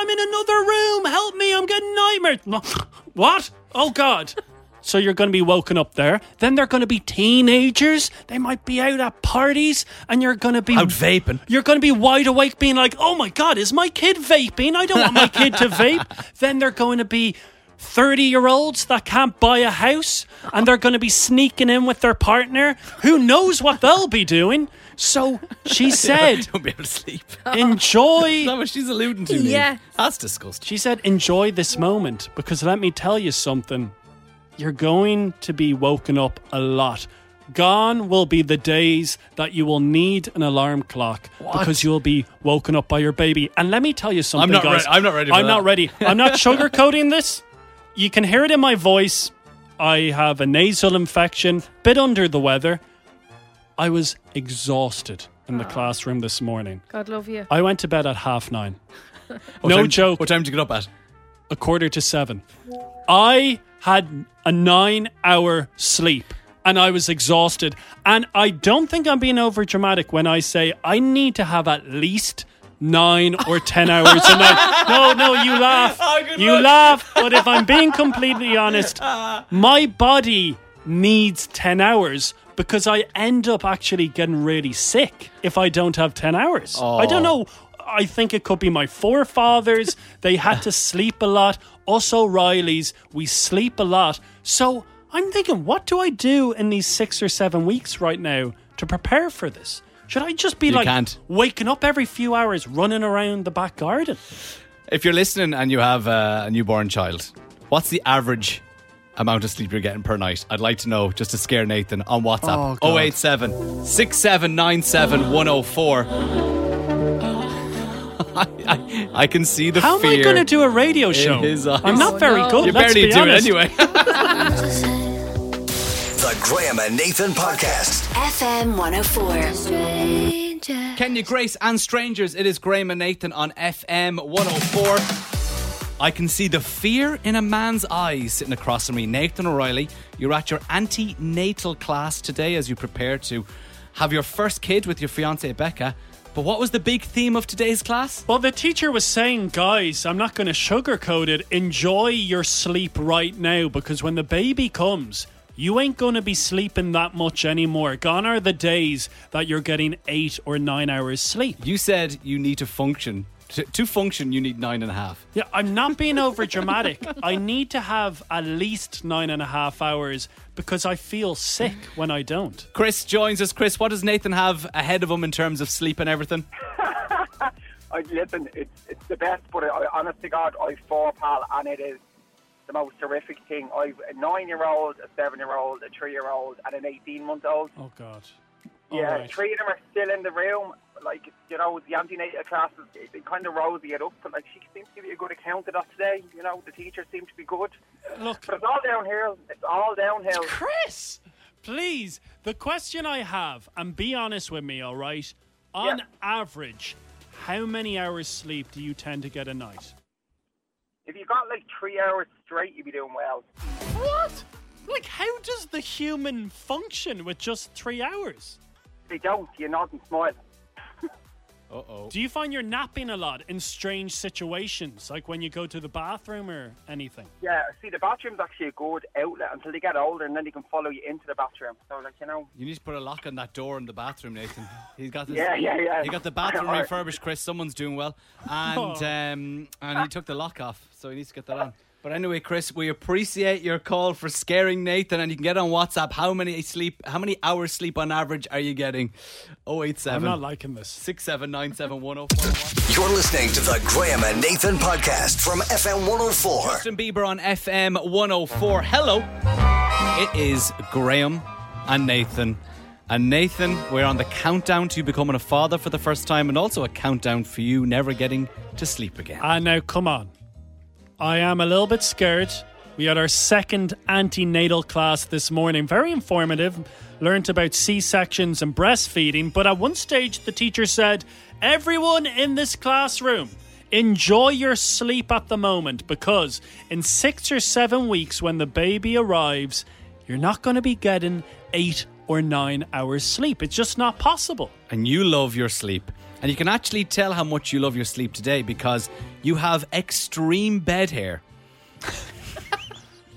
Speaker 5: I'm in another room. Help me. I'm getting nightmares. What? Oh, God. So you're going to be woken up there. Then they're going to be teenagers. They might be out at parties, and you're going to be
Speaker 6: Out vaping.
Speaker 5: You're going to be wide awake, being like, "Oh my god, is my kid vaping? I don't want my kid to vape." Then they're going to be. 30 year olds that can't buy a house and they're going to be sneaking in with their partner. Who knows what they'll be doing? So she said,
Speaker 6: Don't be able to sleep.
Speaker 5: enjoy.
Speaker 6: Is that what she's alluding to? Niamh?
Speaker 5: Yeah.
Speaker 6: That's disgusting.
Speaker 5: She said, enjoy this moment because let me tell you something. You're going to be woken up a lot. Gone will be the days that you will need an alarm clock because you'll be woken up by your baby. And let me tell you something,
Speaker 6: not
Speaker 5: guys.
Speaker 6: re- I'm not ready for
Speaker 5: I'm not
Speaker 6: that.
Speaker 5: ready. I'm not sugarcoating this. You can hear it in my voice. I have a nasal infection, bit under the weather. I was exhausted in
Speaker 6: Ah.
Speaker 5: the classroom this morning.
Speaker 4: God love you.
Speaker 5: I went to bed at half nine.
Speaker 6: What
Speaker 5: no
Speaker 6: time-
Speaker 5: joke.
Speaker 6: What time did you get up at?
Speaker 5: A quarter to seven. I had a nine hour sleep and I was exhausted. And I don't think I'm being over dramatic when I say I need to have at least nine or ten hours a night. No, no, you laugh.
Speaker 6: Oh,
Speaker 5: you laugh. But if I'm being completely honest, my body needs 10 hours because I end up actually getting really sick if I don't have 10 hours. I don't know. I think it could be my forefathers. they had to sleep a lot. Us O'Reillys, we sleep a lot. So I'm thinking, what do I do in these six or seven weeks right now to prepare for this? Should I just be
Speaker 6: You
Speaker 5: like
Speaker 6: can't.
Speaker 5: waking up every few hours, running around the back garden?
Speaker 6: If you're listening and you have uh, a newborn child, what's the average amount of sleep you're getting per night? I'd like to know just to scare Nathan on
Speaker 12: Oh,
Speaker 6: WhatsApp.
Speaker 12: God.
Speaker 6: 087 6797 104. I, I, I can see the
Speaker 5: How am
Speaker 6: fear.
Speaker 5: I going to do a radio show?
Speaker 6: his eyes.
Speaker 5: I'm not
Speaker 6: Oh,
Speaker 5: very
Speaker 6: no.
Speaker 5: good.
Speaker 6: You
Speaker 5: let's
Speaker 6: barely
Speaker 5: be
Speaker 6: do it
Speaker 5: honest.
Speaker 6: anyway.
Speaker 9: The Graham and Nathan Podcast.
Speaker 8: FM 104.
Speaker 6: Kenya Grace and Strangers. It is Graham and Nathan on FM 104. I can see the fear in a man's eyes sitting across from me. Nathan O'Reilly, you're at your antenatal class today as you prepare to have your first kid with your fiancee Becca. But what was the big theme of today's class?
Speaker 5: Well, the teacher was saying, guys, I'm not going to sugarcoat it. Enjoy your sleep right now because when the baby comes, you ain't going to be sleeping that much anymore. Gone are the days that you're getting eight or nine hours sleep.
Speaker 6: You said you need to function. To, to function, you need nine and a half.
Speaker 5: Yeah, I'm not being over dramatic. I need to have at least nine and a half hours because I feel sick when I don't.
Speaker 6: Chris joins us. Chris, what does Nathan have ahead of him in terms of sleep and everything?
Speaker 15: I, listen, it's, it's the best, but I, I, honest to God, I four pal, and it is the most horrific thing. I've a nine-year-old, a seven-year-old, a three-year-old, and an eighteen-month-old.
Speaker 5: Oh, God.
Speaker 15: yeah,
Speaker 5: right.
Speaker 15: three of them are still in the room. Like you know, the antenatal classes, they, they kind of rosy it up. But like she seems to be a good account of that today. You know, the teachers seem to be good.
Speaker 5: Uh, Look,
Speaker 15: but it's all downhill. It's all downhill.
Speaker 5: Chris, please, the question I have, and be honest with me, all right? On average, how many hours sleep do you tend to get a night?
Speaker 15: If you got like three hours straight, you'd be doing well.
Speaker 5: What? Like, how does the human function with just three hours?
Speaker 15: They don't. You nod and smile.
Speaker 6: Uh oh.
Speaker 5: Do you find you're napping a lot in strange situations, like when you go to the bathroom or anything?
Speaker 15: Yeah, see, the bathroom's actually a good outlet until they get older, and then they can follow you into the bathroom. So, like, you know,
Speaker 6: You need to put a lock on that door in the bathroom, Nathan. He's got this.
Speaker 15: Yeah, yeah, yeah.
Speaker 6: He got the bathroom
Speaker 15: Alright.
Speaker 6: refurbished, Chris. Someone's doing well,
Speaker 5: Oh.
Speaker 6: and um, and he took the lock off, so he needs to get that on. But anyway, Chris, we appreciate your call for scaring Nathan, and you can get on WhatsApp. How many sleep? How many hours sleep on average are you getting? 087
Speaker 5: I'm not liking this.
Speaker 6: six seven nine seven one oh zero four one.
Speaker 9: You're listening to the Graham and Nathan oh Podcast from FM 104.
Speaker 6: Justin Bieber on FM 104. Hello. It is Graham and Nathan. And Nathan, we're on the countdown to you becoming a father for the first time and also a countdown for you never getting to sleep again.
Speaker 5: And now, come on. I am a little bit scared. We had our second antenatal class this morning. Very informative. Learned about C sections and breastfeeding. But at one stage, the teacher said, Everyone in this classroom, enjoy your sleep at the moment because in six or seven weeks, when the baby arrives, you're not going to be getting eight or nine hours sleep. It's just not possible.
Speaker 6: And you love your sleep. And you can actually tell how much you love your sleep today because you have extreme bed hair.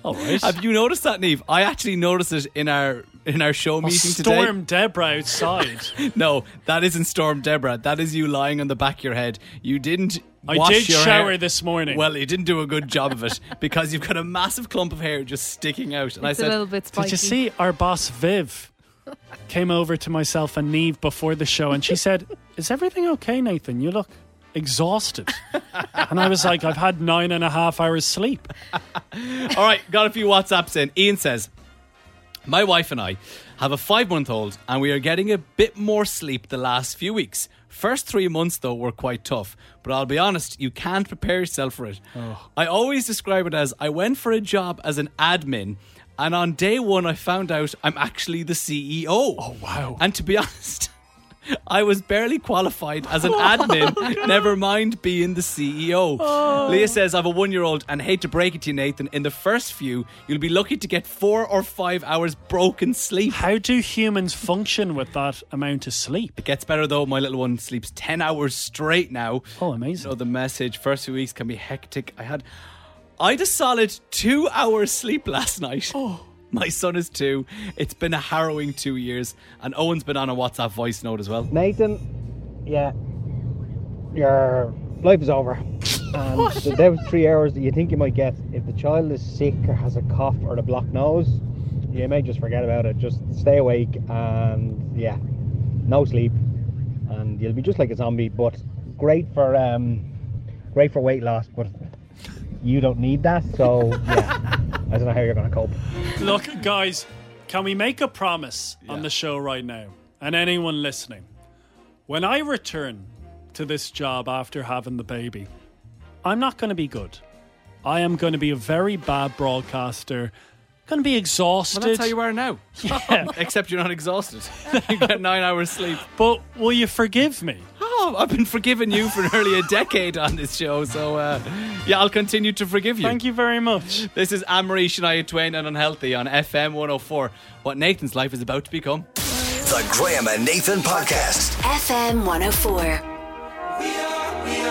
Speaker 5: All right.
Speaker 6: Have you noticed that, Neve? I actually noticed it in our in our show
Speaker 5: I'll
Speaker 6: meeting today.
Speaker 5: storm Deborah outside.
Speaker 6: no, that isn't Storm Deborah. That is you lying on the back of your head. You didn't.
Speaker 5: I
Speaker 6: wash
Speaker 5: did
Speaker 6: your
Speaker 5: shower
Speaker 6: hair.
Speaker 5: this morning.
Speaker 6: Well, you didn't do a good job of it because you've got a massive clump of hair just sticking out. And
Speaker 4: It's a
Speaker 6: I said,
Speaker 4: little bit
Speaker 5: Did
Speaker 4: spiky.
Speaker 5: you see our boss Viv came over to myself and Neve before the show and she said, Is everything okay, Nathan? You look exhausted. and I was like, I've had nine and a half hours sleep.
Speaker 6: All right, got a few WhatsApps in. Ian says, My wife and I have a five month old, and we are getting a bit more sleep the last few weeks. First three months, though, were quite tough, but I'll be honest, you can't prepare yourself for it. I always describe it as I went for a job as an admin, and on day one, I found out I'm actually the CEO. Oh,
Speaker 5: wow.
Speaker 6: And to be honest, I was barely qualified as an admin, never mind being the CEO.
Speaker 5: Oh.
Speaker 6: Leah says, I have a one year old and hate to break it to you, Nathan. In the first few, you'll be lucky to get four or five hours broken sleep.
Speaker 5: How do humans function with that amount of sleep?
Speaker 6: It gets better though. My little one sleeps 10 hours straight now.
Speaker 5: Oh, amazing.
Speaker 6: So the message first few weeks can be hectic. I had, I had a solid two hours sleep last night. Oh. My son is two. It's been a harrowing two years. And Owen's been on a WhatsApp voice note as well.
Speaker 16: Nathan, yeah, your life is over. And the those three hours that you think you might get, if the child is sick or has a cough or a blocked nose, you may just forget about it. Just stay awake and yeah, no sleep, and you'll be just like a zombie. But great for um, great for weight loss, but you don't need that. So yeah, I don't know how you're gonna cope.
Speaker 5: Look, guys, can we make a promise on the show right now? And anyone listening, when I return to this job after having the baby, I'm not going to be good. I am going to be a very bad broadcaster. Going to be exhausted.
Speaker 6: Well, that's how you are now.
Speaker 5: Yeah.
Speaker 6: Except you're not exhausted. you get nine hours sleep.
Speaker 5: But will you forgive me?
Speaker 6: Oh, I've been forgiving you for nearly a decade on this show, so uh, yeah, I'll continue to forgive you.
Speaker 5: Thank you very much.
Speaker 6: This is Amory Shania Twain and Unhealthy on FM 104. What Nathan's life is about to become.
Speaker 9: The Graham and Nathan Podcast.
Speaker 8: FM 104.
Speaker 13: We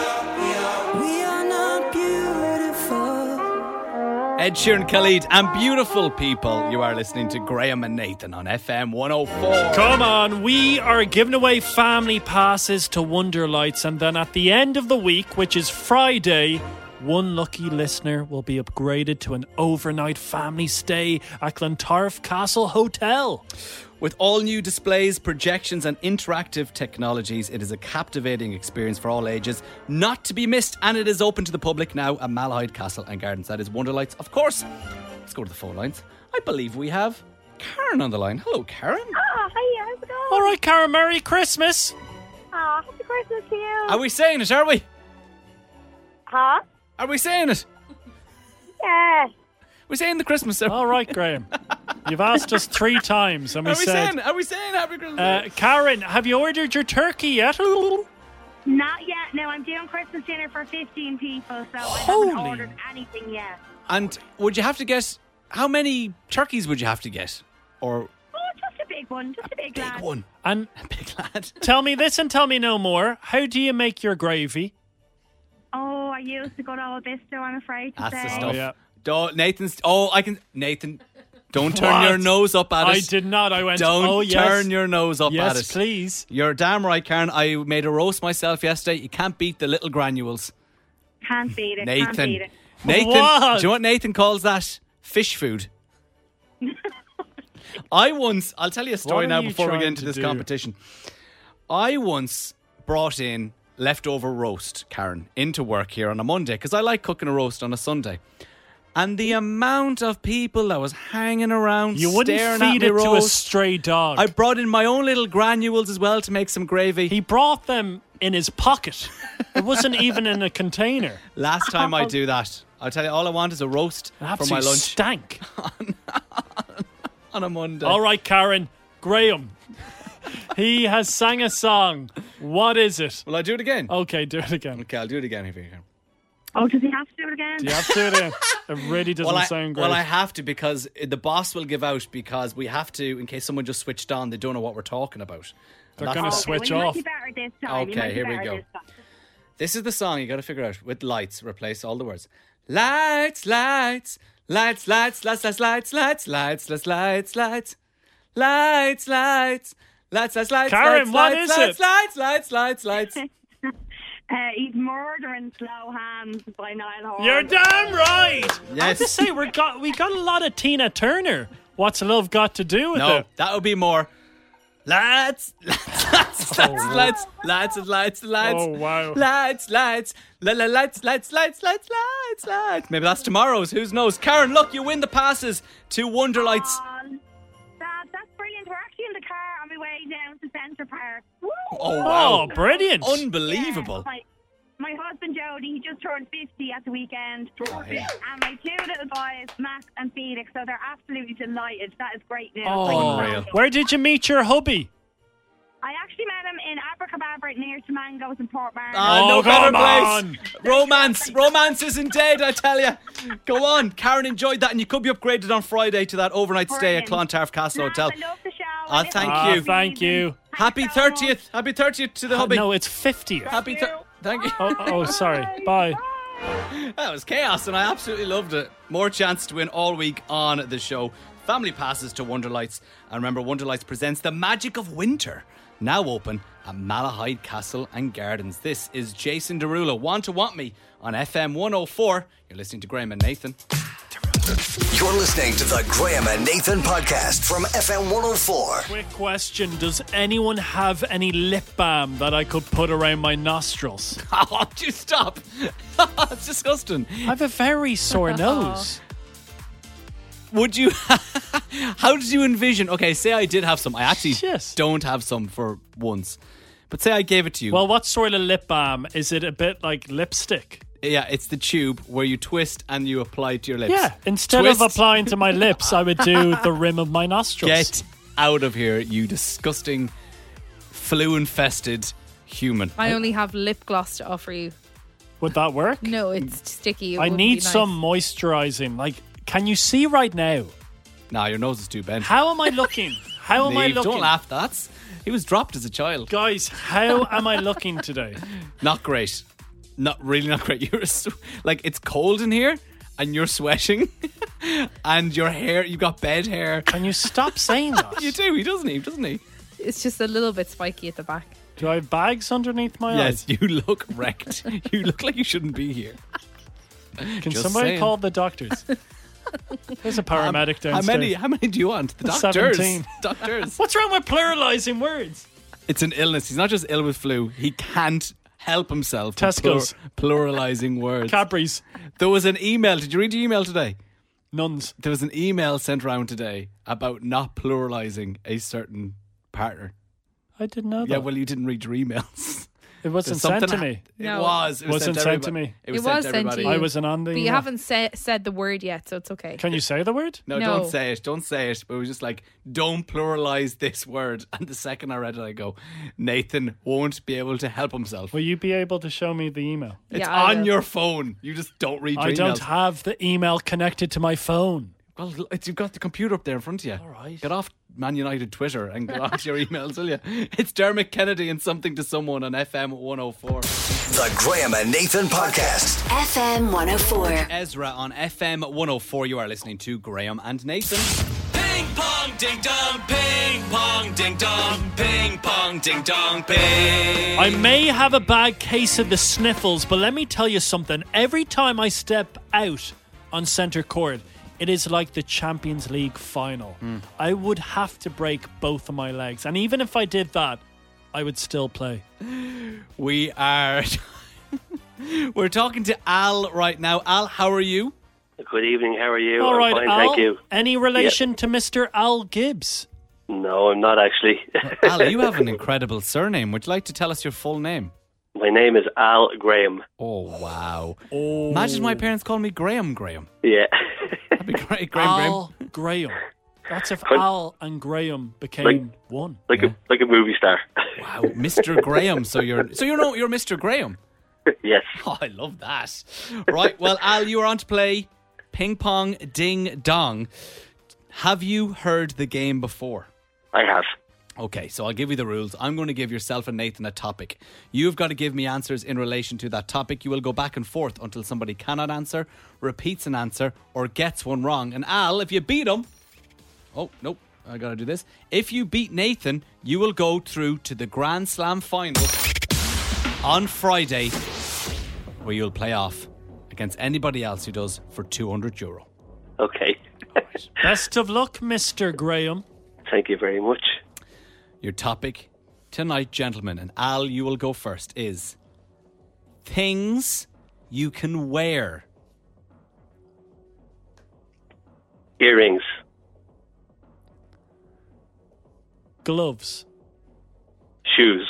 Speaker 13: are not beautiful.
Speaker 6: Ed Sheeran, Khalid, and beautiful people. You are listening to Graham and Nathan on FM 104.
Speaker 5: Come on, we are giving away family passes to Wonderlights, and then at the end of the week, which is Friday, one lucky listener will be upgraded to an overnight family stay at Clontarf Castle Hotel.
Speaker 6: With all new displays, projections, and interactive technologies, it is a captivating experience for all ages, not to be missed, and it is open to the public now at Malahide Castle and Gardens. That is Wonderlights, of course. Let's go to the phone lines. I believe we have Karen on the line. Hello, Karen.
Speaker 14: Oh, hey, how's it going?
Speaker 5: All right, Karen, Merry Christmas.
Speaker 14: Oh, happy Christmas to you.
Speaker 6: Are we saying it, are we?
Speaker 14: Huh?
Speaker 6: Are we saying it?
Speaker 14: Yeah.
Speaker 6: We're saying the Christmas.
Speaker 5: All right, Graham. You've asked us three times, and we
Speaker 6: Are we
Speaker 5: said,
Speaker 6: saying? Are we saying happy Christmas?
Speaker 5: uh, Karen, have you ordered your turkey yet?
Speaker 17: Not yet. No, I'm doing Christmas dinner for 15 people, so I
Speaker 6: Holy.
Speaker 17: haven't ordered anything yet.
Speaker 6: and would you have to guess how many turkeys would you have to get, or
Speaker 17: Oh, just a big one, just a big, lad.
Speaker 6: one?
Speaker 5: And
Speaker 6: big lad.
Speaker 5: tell me this and tell me no more. How do you make your gravy?
Speaker 17: Oh, I used the good old Bisto, I'm afraid to
Speaker 6: That's
Speaker 17: say.
Speaker 6: the stuff.
Speaker 5: Oh, yeah.
Speaker 6: Don't Nathan's. Oh, I can. Nathan, don't turn
Speaker 5: What?
Speaker 6: your nose up at
Speaker 5: I
Speaker 6: us.
Speaker 5: did not. I went,
Speaker 6: Don't
Speaker 5: oh, yes.
Speaker 6: turn your nose up
Speaker 5: Yes,
Speaker 6: at us.
Speaker 5: please.
Speaker 6: You're damn right, Karen. I made a roast myself yesterday. You can't beat the little granules,
Speaker 17: Can't beat it. Can't
Speaker 6: Nathan.
Speaker 17: beat it.
Speaker 6: Nathan,
Speaker 5: What?
Speaker 6: do you know what Nathan calls that? Fish food. I once. I'll tell you a
Speaker 5: What
Speaker 6: story
Speaker 5: are
Speaker 6: now
Speaker 5: you
Speaker 6: before we get
Speaker 5: trying
Speaker 6: into
Speaker 5: to
Speaker 6: this
Speaker 5: do?
Speaker 6: competition. I once brought in leftover roast, Karen, into work here on a Monday because I like cooking a roast on a Sunday. And the amount of people that was hanging around,
Speaker 5: You wouldn't
Speaker 6: staring
Speaker 5: feed
Speaker 6: at me
Speaker 5: it to a
Speaker 6: roast.
Speaker 5: stray dog.
Speaker 6: I brought in my own little granules as well to make some gravy.
Speaker 5: He brought them in his pocket. It wasn't even in a container.
Speaker 6: Last time I do that, I'll tell you all I want is a roast for my
Speaker 5: absolute
Speaker 6: lunch.
Speaker 5: Stank
Speaker 6: on a Monday.
Speaker 5: All right, Karen Graham. he has sang a song. What is it?
Speaker 6: Will I do it again?
Speaker 5: Okay, do it again.
Speaker 6: Okay, I'll do it again if you can.
Speaker 17: Oh, does he have to do it again?
Speaker 5: Do you have to do it again? It really doesn't
Speaker 6: well, I,
Speaker 5: sound great.
Speaker 6: well, I have to because uh, the boss will give out because we have to in case someone just switched on. They don't know what we're talking about.
Speaker 5: They're
Speaker 6: And
Speaker 5: gonna
Speaker 6: that's-
Speaker 5: switch
Speaker 17: Oh, well, He might be better this time. He
Speaker 6: Okay,
Speaker 17: might be
Speaker 6: here we
Speaker 17: better
Speaker 6: go.
Speaker 17: this time.
Speaker 6: This is the song you got to figure out with lights. Replace all the words. Lights, lights, lights, lights, lights, lights, lights, lights, lights, lights, lights, lights, lights, lights, lights, lights, lights.
Speaker 5: Karen,
Speaker 6: lights,
Speaker 5: what
Speaker 6: lights,
Speaker 5: is
Speaker 6: lights,
Speaker 5: it?
Speaker 6: Lights, lights, lights, lights.
Speaker 17: Uh, he's murdering slow hams by Niall Horan.
Speaker 5: You're damn right. I have
Speaker 6: Yes.
Speaker 5: to say we got we got a lot of Tina Turner. What's love got to do with
Speaker 6: No,
Speaker 5: it?
Speaker 6: that would be more. Lights, lights, lights, lights, lights, lights, lights,
Speaker 5: Oh,
Speaker 6: lights,
Speaker 5: wow.
Speaker 6: lights, lights, la la lights, lights, lights, lights, lights, lights. Maybe that's tomorrow's. Who's knows? Karen, look, you win the passes to Wonderlights.
Speaker 17: Um, that, that's brilliant. We're actually in the car on my way down to Centre Park. Woo!
Speaker 6: Oh, wow.
Speaker 5: Oh, brilliant.
Speaker 6: Unbelievable.
Speaker 17: My, my husband Jody, he just turned 50 at the weekend.
Speaker 18: Oh,
Speaker 17: And my two little boys, Max and Felix, so they're absolutely delighted. That is great news.
Speaker 5: Oh,
Speaker 6: Unreal.
Speaker 5: where did you meet your hubby?
Speaker 17: I actually met him in Abracababra near to Mangoes in Port Barron.
Speaker 6: Ah,
Speaker 5: Oh,
Speaker 6: no better
Speaker 5: come
Speaker 6: place. Romance, romance isn't dead, I tell you. Go on, Karen enjoyed that, and you could be upgraded on Friday to that overnight stay at
Speaker 17: Brilliant.
Speaker 6: Clontarf Castle
Speaker 17: Lads,
Speaker 6: Hotel.
Speaker 17: I love the show.
Speaker 6: Ah, thank
Speaker 5: Ah,
Speaker 6: you.
Speaker 5: thank you. Ah,
Speaker 6: Happy thirtieth, happy thirtieth to the hubby.
Speaker 5: No, it's 50th.
Speaker 6: Happy, thir- thank you.
Speaker 5: Oh, oh, sorry. Bye.
Speaker 6: That was chaos, and I absolutely loved it. More chance to win all week on the show. Family passes to Wonderlights, and remember, Wonderlights presents the magic of winter. Now open at Malahide Castle and Gardens. This is Jason Derulo. Want to want me on FM 104. You're listening to Graham and Nathan.
Speaker 9: You're listening to the Graham and Nathan podcast from FM 104.
Speaker 5: Quick question Does anyone have any lip balm that I could put around my nostrils?
Speaker 6: Oh, do stop. That's disgusting.
Speaker 5: I have a very sore nose.
Speaker 6: Would you? how did you envision? Okay, say I did have some. I actually don't have some for once, but say I gave it to you.
Speaker 5: Well, what sort of lip balm? Is it a bit like lipstick?
Speaker 6: Yeah, it's the tube where you twist and you apply it to your lips.
Speaker 5: Yeah. Instead
Speaker 6: Twist.
Speaker 5: of applying to my lips, I would do the rim of my nostrils.
Speaker 6: Get out of here, you disgusting, flu infested human.
Speaker 4: I only have lip gloss to offer you.
Speaker 5: Would that work?
Speaker 4: No, it's sticky. It
Speaker 5: I
Speaker 4: wouldn't be
Speaker 5: need
Speaker 4: nice.
Speaker 5: some moisturizing. Like, can you see right now?
Speaker 6: Nah, your nose is too bent.
Speaker 5: How am I looking? How am I
Speaker 6: Niamh,
Speaker 5: looking?
Speaker 6: Don't laugh. That's he was dropped as a child.
Speaker 5: Guys, how am I looking today?
Speaker 6: Not great. Not really not great. You're so, like it's cold in here and you're sweating and your hair you've got bed hair.
Speaker 5: Can you stop saying that?
Speaker 6: you do, he doesn't he, doesn't he?
Speaker 4: It's just a little bit spiky at the back.
Speaker 5: Do I have bags underneath my
Speaker 6: Yes, you look wrecked. you look like you shouldn't be here.
Speaker 5: eyes? Can
Speaker 6: Just
Speaker 5: somebody
Speaker 6: saying.
Speaker 5: call the doctors? There's a paramedic
Speaker 6: How
Speaker 5: downstairs.
Speaker 6: many how many do you want? The doctors.
Speaker 5: 17.
Speaker 6: Doctors.
Speaker 5: What's wrong with pluralizing words?
Speaker 6: It's an illness. He's not just ill with flu. He can't help himself. from
Speaker 5: Tesco's.
Speaker 6: pluralizing words.
Speaker 5: Cadbury's.
Speaker 6: There was an email. Did you read the email today?
Speaker 5: Nuns.
Speaker 6: There was an email sent around today about not pluralizing a certain partner.
Speaker 5: I didn't know that.
Speaker 6: Yeah, well, you didn't read your emails.
Speaker 5: it wasn't
Speaker 6: There's
Speaker 5: sent to
Speaker 6: something-
Speaker 5: me.
Speaker 6: It
Speaker 4: No.
Speaker 6: was. It was
Speaker 5: Wasn't sent to
Speaker 6: everybody.
Speaker 5: me.
Speaker 6: It was,
Speaker 4: it was
Speaker 6: sent to
Speaker 4: sent to
Speaker 6: everybody.
Speaker 4: you.
Speaker 5: I wasn't on the
Speaker 4: But you
Speaker 5: email.
Speaker 4: haven't sa- said the word yet, so it's okay.
Speaker 5: Can you say the word?
Speaker 6: No,
Speaker 4: No.
Speaker 6: don't say it. Don't say it. But it was just like, don't pluralize this word. And the second I read it, I go, Nathan won't be able to help himself.
Speaker 5: Will you be able to show me the email?
Speaker 6: It's
Speaker 4: Yeah, I
Speaker 6: on
Speaker 4: will.
Speaker 6: your phone. You just don't read your
Speaker 5: I don't
Speaker 6: emails.
Speaker 5: have the email connected to my phone.
Speaker 6: Well, it's, you've got the computer up there in front of you. All
Speaker 5: right.
Speaker 6: Get off Man United Twitter and get onto your emails, will you? It's Dermot Kennedy and something to someone on FM 104.
Speaker 9: The Graham and Nathan podcast.
Speaker 8: FM 104.
Speaker 6: Ezra on FM 104. You are listening to Graham and Nathan.
Speaker 3: Ping pong ding dong, ping pong ding dong, ping pong ding dong, ping.
Speaker 5: I may have a bad case of the sniffles, but let me tell you something. Every time I step out on centre court, it is like the Champions League final. I would have to break both of my legs. And even if I did that, I would still play.
Speaker 6: We are. We're talking to Al right now. Al, how are you?
Speaker 18: Good evening. How are you?
Speaker 5: All
Speaker 18: I'm
Speaker 5: right,
Speaker 18: fine,
Speaker 5: Al.
Speaker 18: thank you.
Speaker 5: Any relation to Mr. Al Gibbs?
Speaker 18: No, I'm not actually.
Speaker 6: Al, you have an incredible surname. Would you like to tell us your full name?
Speaker 18: My name is Al Graham.
Speaker 6: Oh wow! Imagine
Speaker 18: Oh.
Speaker 6: my parents calling me Graham Graham.
Speaker 18: Yeah.
Speaker 6: Great,
Speaker 5: Al Graham. That's if
Speaker 18: Con-
Speaker 5: Al and Graham became one.
Speaker 18: Like a like a movie star.
Speaker 6: Wow, Mr. Graham. So you're so you know you're Mr. Graham.
Speaker 18: yes.
Speaker 6: Oh, I love that. Right. Well, Al, you are on to play ping pong ding dong. Have you heard the game before?
Speaker 18: I have.
Speaker 6: Okay, so I'll give you the rules. I'm going to give yourself and Nathan a topic. You've got to give me answers in relation to that topic. You will go back and forth until somebody cannot answer, repeats an answer, or gets one wrong. And Al, if you beat him, oh nope, I got to do this. If you beat Nathan, you will go through to the Grand Slam final on Friday, where you'll play off against anybody else who does for 200 euro.
Speaker 18: Okay.
Speaker 5: Best of luck, Mr. Graham.
Speaker 18: Thank you very much.
Speaker 6: Your topic tonight, gentlemen, and Al, you will go first, is things you can wear.
Speaker 18: Earrings.
Speaker 5: Gloves,
Speaker 18: Shoes.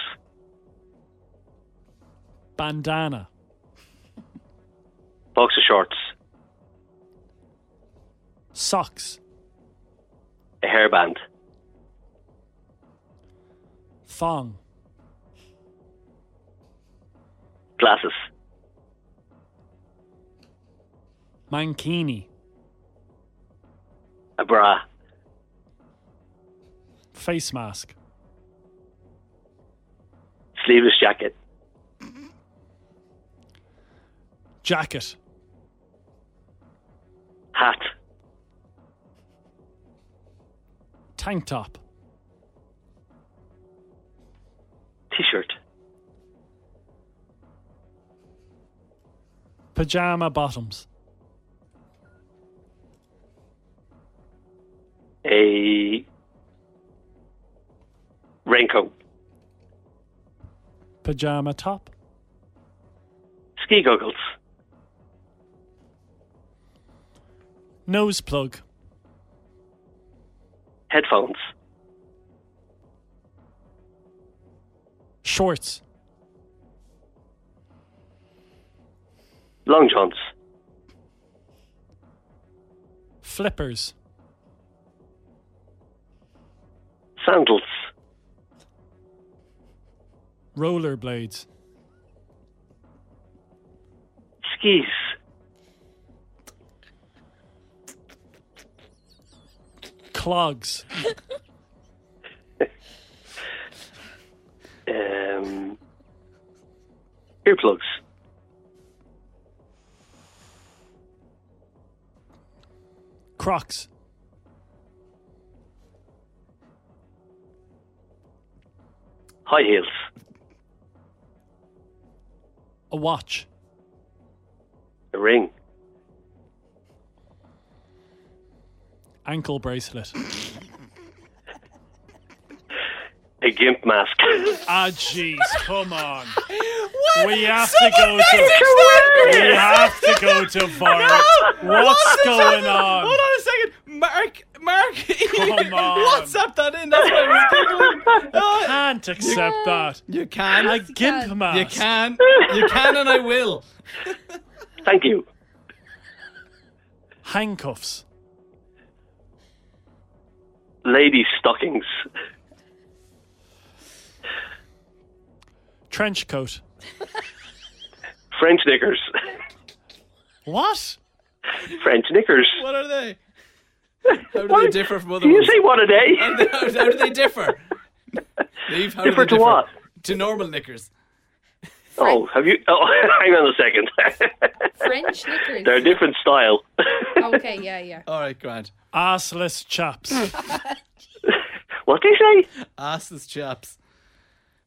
Speaker 5: bandana,
Speaker 18: Boxer shorts.
Speaker 5: socks,
Speaker 18: A hairband.
Speaker 5: thong,
Speaker 18: Glasses.
Speaker 5: mankini,
Speaker 18: A bra.
Speaker 5: face mask,
Speaker 18: Sleeveless jacket.
Speaker 5: jacket,
Speaker 18: Hat.
Speaker 5: tank top,
Speaker 18: T-shirt.
Speaker 5: pajama bottoms,
Speaker 18: A raincoat.
Speaker 5: pajama top,
Speaker 18: Ski goggles.
Speaker 5: nose plug,
Speaker 18: Headphones.
Speaker 5: shorts,
Speaker 18: Long johns.
Speaker 5: flippers,
Speaker 18: Sandals.
Speaker 5: rollerblades,
Speaker 18: Skis.
Speaker 5: clogs,
Speaker 18: Um, earplugs.
Speaker 5: crocs,
Speaker 18: High heels.
Speaker 5: a watch,
Speaker 18: A ring.
Speaker 5: ankle bracelet.
Speaker 18: A gimp mask.
Speaker 5: Ah, jeez, come on. We have
Speaker 13: Someone
Speaker 5: to go
Speaker 13: needs
Speaker 5: to.
Speaker 13: to wear
Speaker 5: We
Speaker 13: this.
Speaker 5: have to go to Varna.
Speaker 13: No,
Speaker 5: What's
Speaker 13: hold
Speaker 5: going
Speaker 13: on a second,
Speaker 5: on?
Speaker 13: hold
Speaker 6: on a second. Mark, Mark,
Speaker 5: come on.
Speaker 6: WhatsApp that in. That's what I was giggling.
Speaker 5: I can't accept that.
Speaker 6: You can.
Speaker 5: A gimp mask.
Speaker 6: You can. You can, and I will.
Speaker 18: Thank you.
Speaker 5: Handcuffs.
Speaker 18: Lady stockings.
Speaker 5: Trench coat.
Speaker 18: French knickers.
Speaker 5: What?
Speaker 18: French knickers.
Speaker 6: What are they? How do they differ from other
Speaker 18: Do you
Speaker 6: ones?
Speaker 18: say what are they?
Speaker 6: How do they, how do- how do they differ? Dave, how do
Speaker 18: Differ
Speaker 6: they
Speaker 18: to what?
Speaker 6: To normal knickers.
Speaker 18: Oh, have you? Oh, hang on a second.
Speaker 4: French knickers.
Speaker 18: They're a different style.
Speaker 4: Okay, yeah, yeah.
Speaker 6: All right, Grant.
Speaker 5: Arseless chaps.
Speaker 6: Hmm.
Speaker 18: What do you say?
Speaker 6: Asses chaps.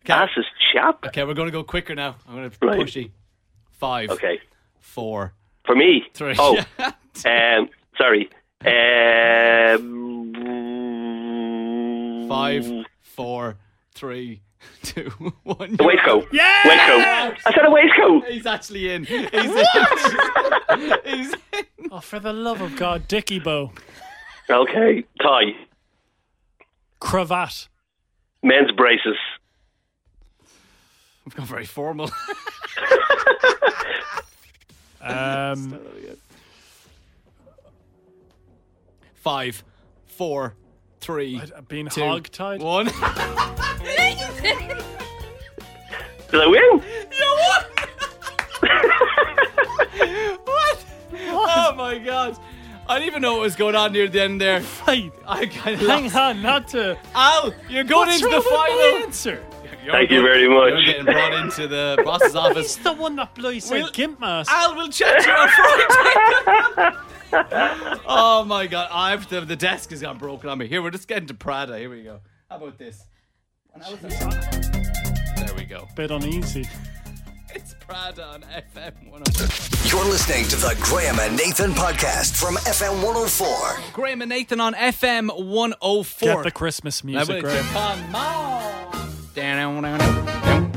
Speaker 18: Asses chap.
Speaker 6: Okay, we're going to go quicker now. I'm going to
Speaker 18: Right.
Speaker 6: pushy. Five.
Speaker 18: Okay.
Speaker 6: Four.
Speaker 18: For me.
Speaker 6: Three.
Speaker 18: Oh, um, sorry. Um,
Speaker 6: Five. Four. Three. two, one.
Speaker 18: Mm. The waistcoat.
Speaker 6: Yeah!
Speaker 18: Waistcoat. I said a waistcoat.
Speaker 6: He's actually in. He's in. He's in.
Speaker 5: Oh, for the love of God, Dicky Bow.
Speaker 18: Okay. Tie.
Speaker 5: Cravat.
Speaker 18: Men's braces.
Speaker 6: We've gone very formal.
Speaker 5: Um,
Speaker 6: Five, four, three,
Speaker 5: Uh, being
Speaker 6: two,
Speaker 5: hog-tied?
Speaker 6: one.
Speaker 18: Did I win?
Speaker 6: what? Oh my god. I didn't even know what was going on near the end there.
Speaker 5: Right.
Speaker 6: I kind of
Speaker 5: Hang on, not to.
Speaker 6: Al, you're going
Speaker 5: What's
Speaker 6: into the
Speaker 5: wrong with my
Speaker 6: final.
Speaker 5: answer.
Speaker 6: You're
Speaker 18: Thank you
Speaker 6: getting-
Speaker 18: very much.
Speaker 6: You're getting brought into the boss's
Speaker 5: He's
Speaker 6: office.
Speaker 5: the one that bloody said
Speaker 6: Will-
Speaker 5: gimp mask.
Speaker 6: Al will chat you on Friday. oh my god! I've the, the desk has gone broken on me. Here we're just getting to Prada. Here we go. How about this? When I was a- There we go.
Speaker 5: Bit uneasy.
Speaker 6: It's Prada on FM 104.
Speaker 9: You're listening to the Graham and Nathan podcast from FM 104.
Speaker 6: Graham and Nathan on FM 104.
Speaker 5: Get the Christmas music,
Speaker 6: Now,
Speaker 5: right?
Speaker 6: Come on. Down, down, down, down.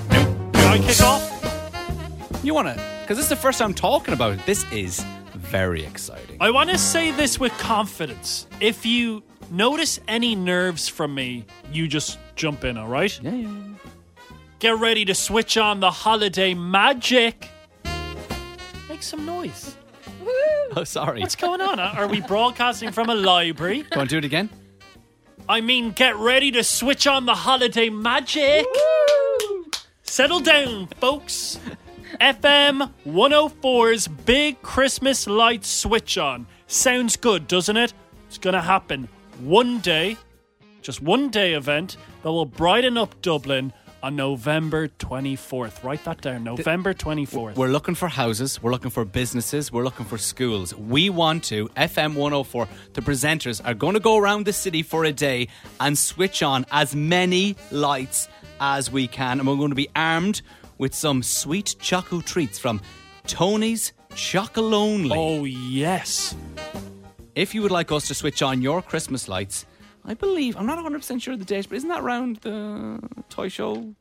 Speaker 5: Can I kick off?
Speaker 6: You want to? Because this is the first time talking about it. This is very exciting.
Speaker 5: I want to say this with confidence. If you notice any nerves from me, you just jump in, all right?
Speaker 6: Yeah, yeah.
Speaker 5: Get ready to switch on the holiday magic. Make some noise.
Speaker 6: Oh, sorry.
Speaker 5: What's going on? Are we broadcasting from a library?
Speaker 6: Go and do it again.
Speaker 5: I mean, get ready to switch on the holiday magic. Settle down, folks. FM 104's big Christmas light switch on. Sounds good, doesn't it? It's going to happen one day, just one day event that will brighten up Dublin on November 24th. Write that down November 24th.
Speaker 6: We're looking for houses, we're looking for businesses, we're looking for schools. We want to, FM 104, the presenters are going to go around the city for a day and switch on as many lights as we can. And we're going to be armed with some sweet choco treats from Tony's Chocolonely.
Speaker 5: oh, yes.
Speaker 6: If you would like us to switch on your Christmas lights, I believe, I'm not 100% sure of the date, but isn't that around the toy show?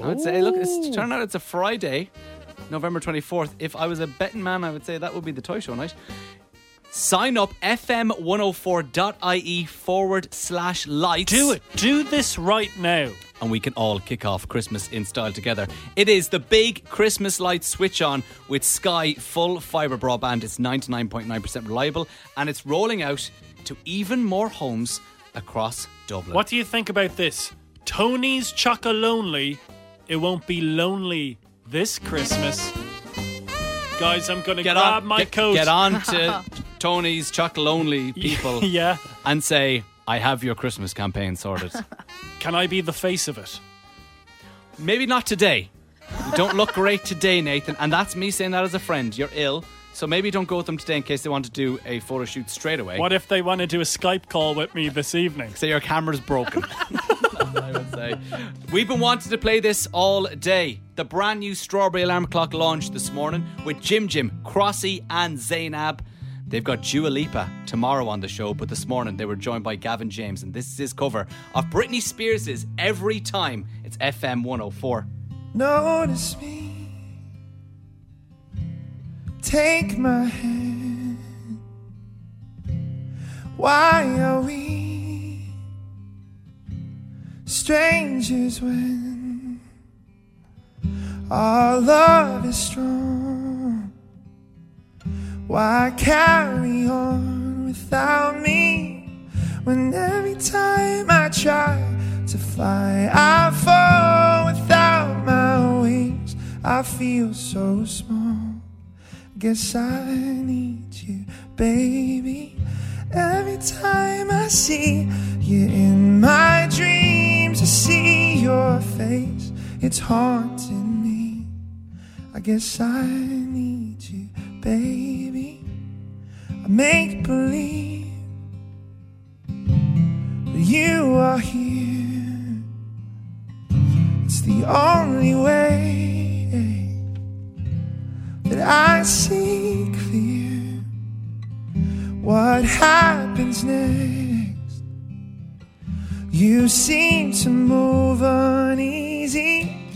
Speaker 5: Oh.
Speaker 6: I would say, look, it's turned out it's a Friday, November 24th. If I was a betting man, I would say that would be the toy show night. Sign up fm104.ie E forward slash lights.
Speaker 5: Do it. Do this right now.
Speaker 6: And we can all kick off Christmas in style together. It is the big Christmas light switch on with Sky full fibre broadband. It's 99.9% reliable and it's rolling out to even more homes across Dublin.
Speaker 5: What do you think about this? Tony's Chocolonely. It won't be lonely this Christmas. Guys, I'm going to
Speaker 6: get
Speaker 5: grab
Speaker 6: on
Speaker 5: my
Speaker 6: get,
Speaker 5: coat.
Speaker 6: Get on to Tony's Chocolonely people
Speaker 5: yeah.
Speaker 6: and say, I have your Christmas campaign sorted.
Speaker 5: Can I be the face of it?
Speaker 6: Maybe not today. You don't look great today, Nathan. And that's me saying that as a friend. You're ill. So maybe don't go with them today in case they want to do a photo shoot straight away.
Speaker 5: What if they want to do a Skype call with me this evening?
Speaker 6: Say your camera's broken. That's what I would say. We've been wanting to play this all day. The brand new Strawberry Alarm Clock launched this morning with Jim Jim, Crossy, and Zainab. They've got Dua Lipa tomorrow on the show, but this morning they were joined by Gavin James, and this is his cover of Britney Spears' Every Time. It's FM 104.
Speaker 13: Notice me. Take my hand. Why are we strangers when our love is strong? Why carry on without me when every time I try to fly, I fall without my wings. I feel so small. Guess I need you, baby. Every time I see you in my dreams, I see your face. It's haunting me. I guess I need you, baby. I make believe that you are here. It's the only way that I see clear what happens next. You seem to move uneven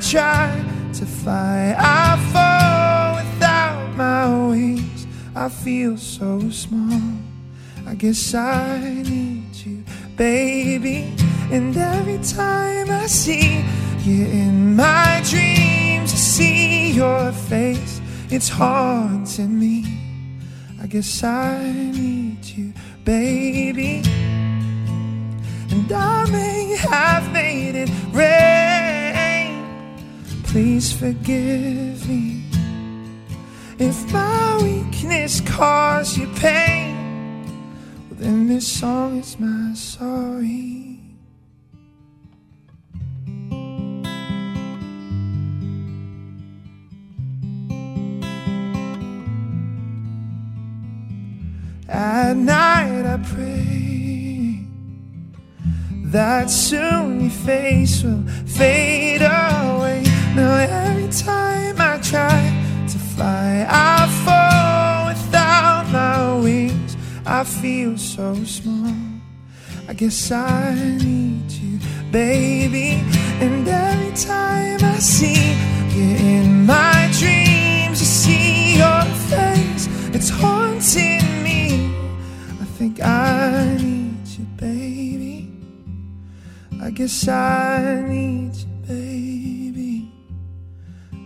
Speaker 13: try to fly. I fall without my wings. I feel so small. I guess I need you, baby. And every time I see you in my dreams, I see your face. It's haunting me. I guess I need you, baby. And I may have made it rain. Please forgive me if my weakness caused you pain. Well, then this song is my sorry. At night I pray that soon your face will fade away. Now every time I try to fly, I fall without my wings. I feel so small. I guess I need you, baby. And every time I see you in my dreams, I see your face. It's haunting me. I think I need you, baby. I guess I need you, baby.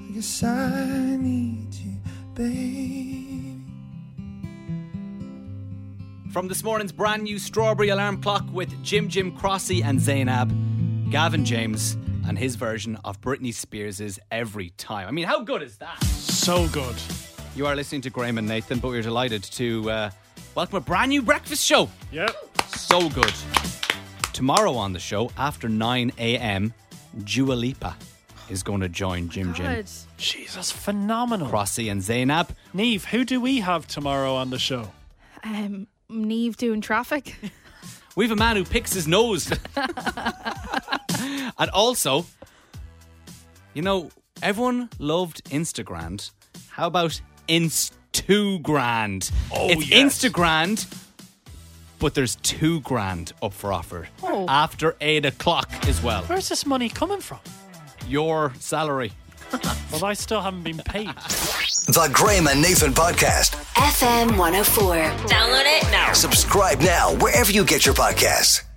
Speaker 13: I guess I need you, baby.
Speaker 6: From this morning's brand new Strawberry Alarm Clock with Jim Jim Crossy and Zainab, Gavin James, and his version of Britney Spears' Every Time. I mean, how good is that?
Speaker 5: So good.
Speaker 6: You are listening to Graham and Nathan, but we're delighted to uh, welcome a brand new breakfast show.
Speaker 11: Yep.
Speaker 6: So good. Tomorrow on the show, after 9 a.m., Dua Lipa is going to join Jim Jim.
Speaker 5: Good. Jesus, phenomenal.
Speaker 6: Crossy and Zainab.
Speaker 5: Neve, who do we have tomorrow on the show?
Speaker 19: Um, Neve doing traffic.
Speaker 6: We have a man who picks his nose. and also, you know, everyone loved Instagram. How about Inst two grand?
Speaker 3: Oh,
Speaker 6: it's
Speaker 3: yes.
Speaker 6: Instagram, but there's two grand up for offer
Speaker 5: Oh.
Speaker 6: after eight o'clock as well.
Speaker 5: Where's this money coming from?
Speaker 6: Your salary.
Speaker 5: Well, I still haven't been paid.
Speaker 9: The Graham and Nathan Podcast.
Speaker 8: FM 104. Download it now.
Speaker 9: Subscribe now wherever you get your podcasts.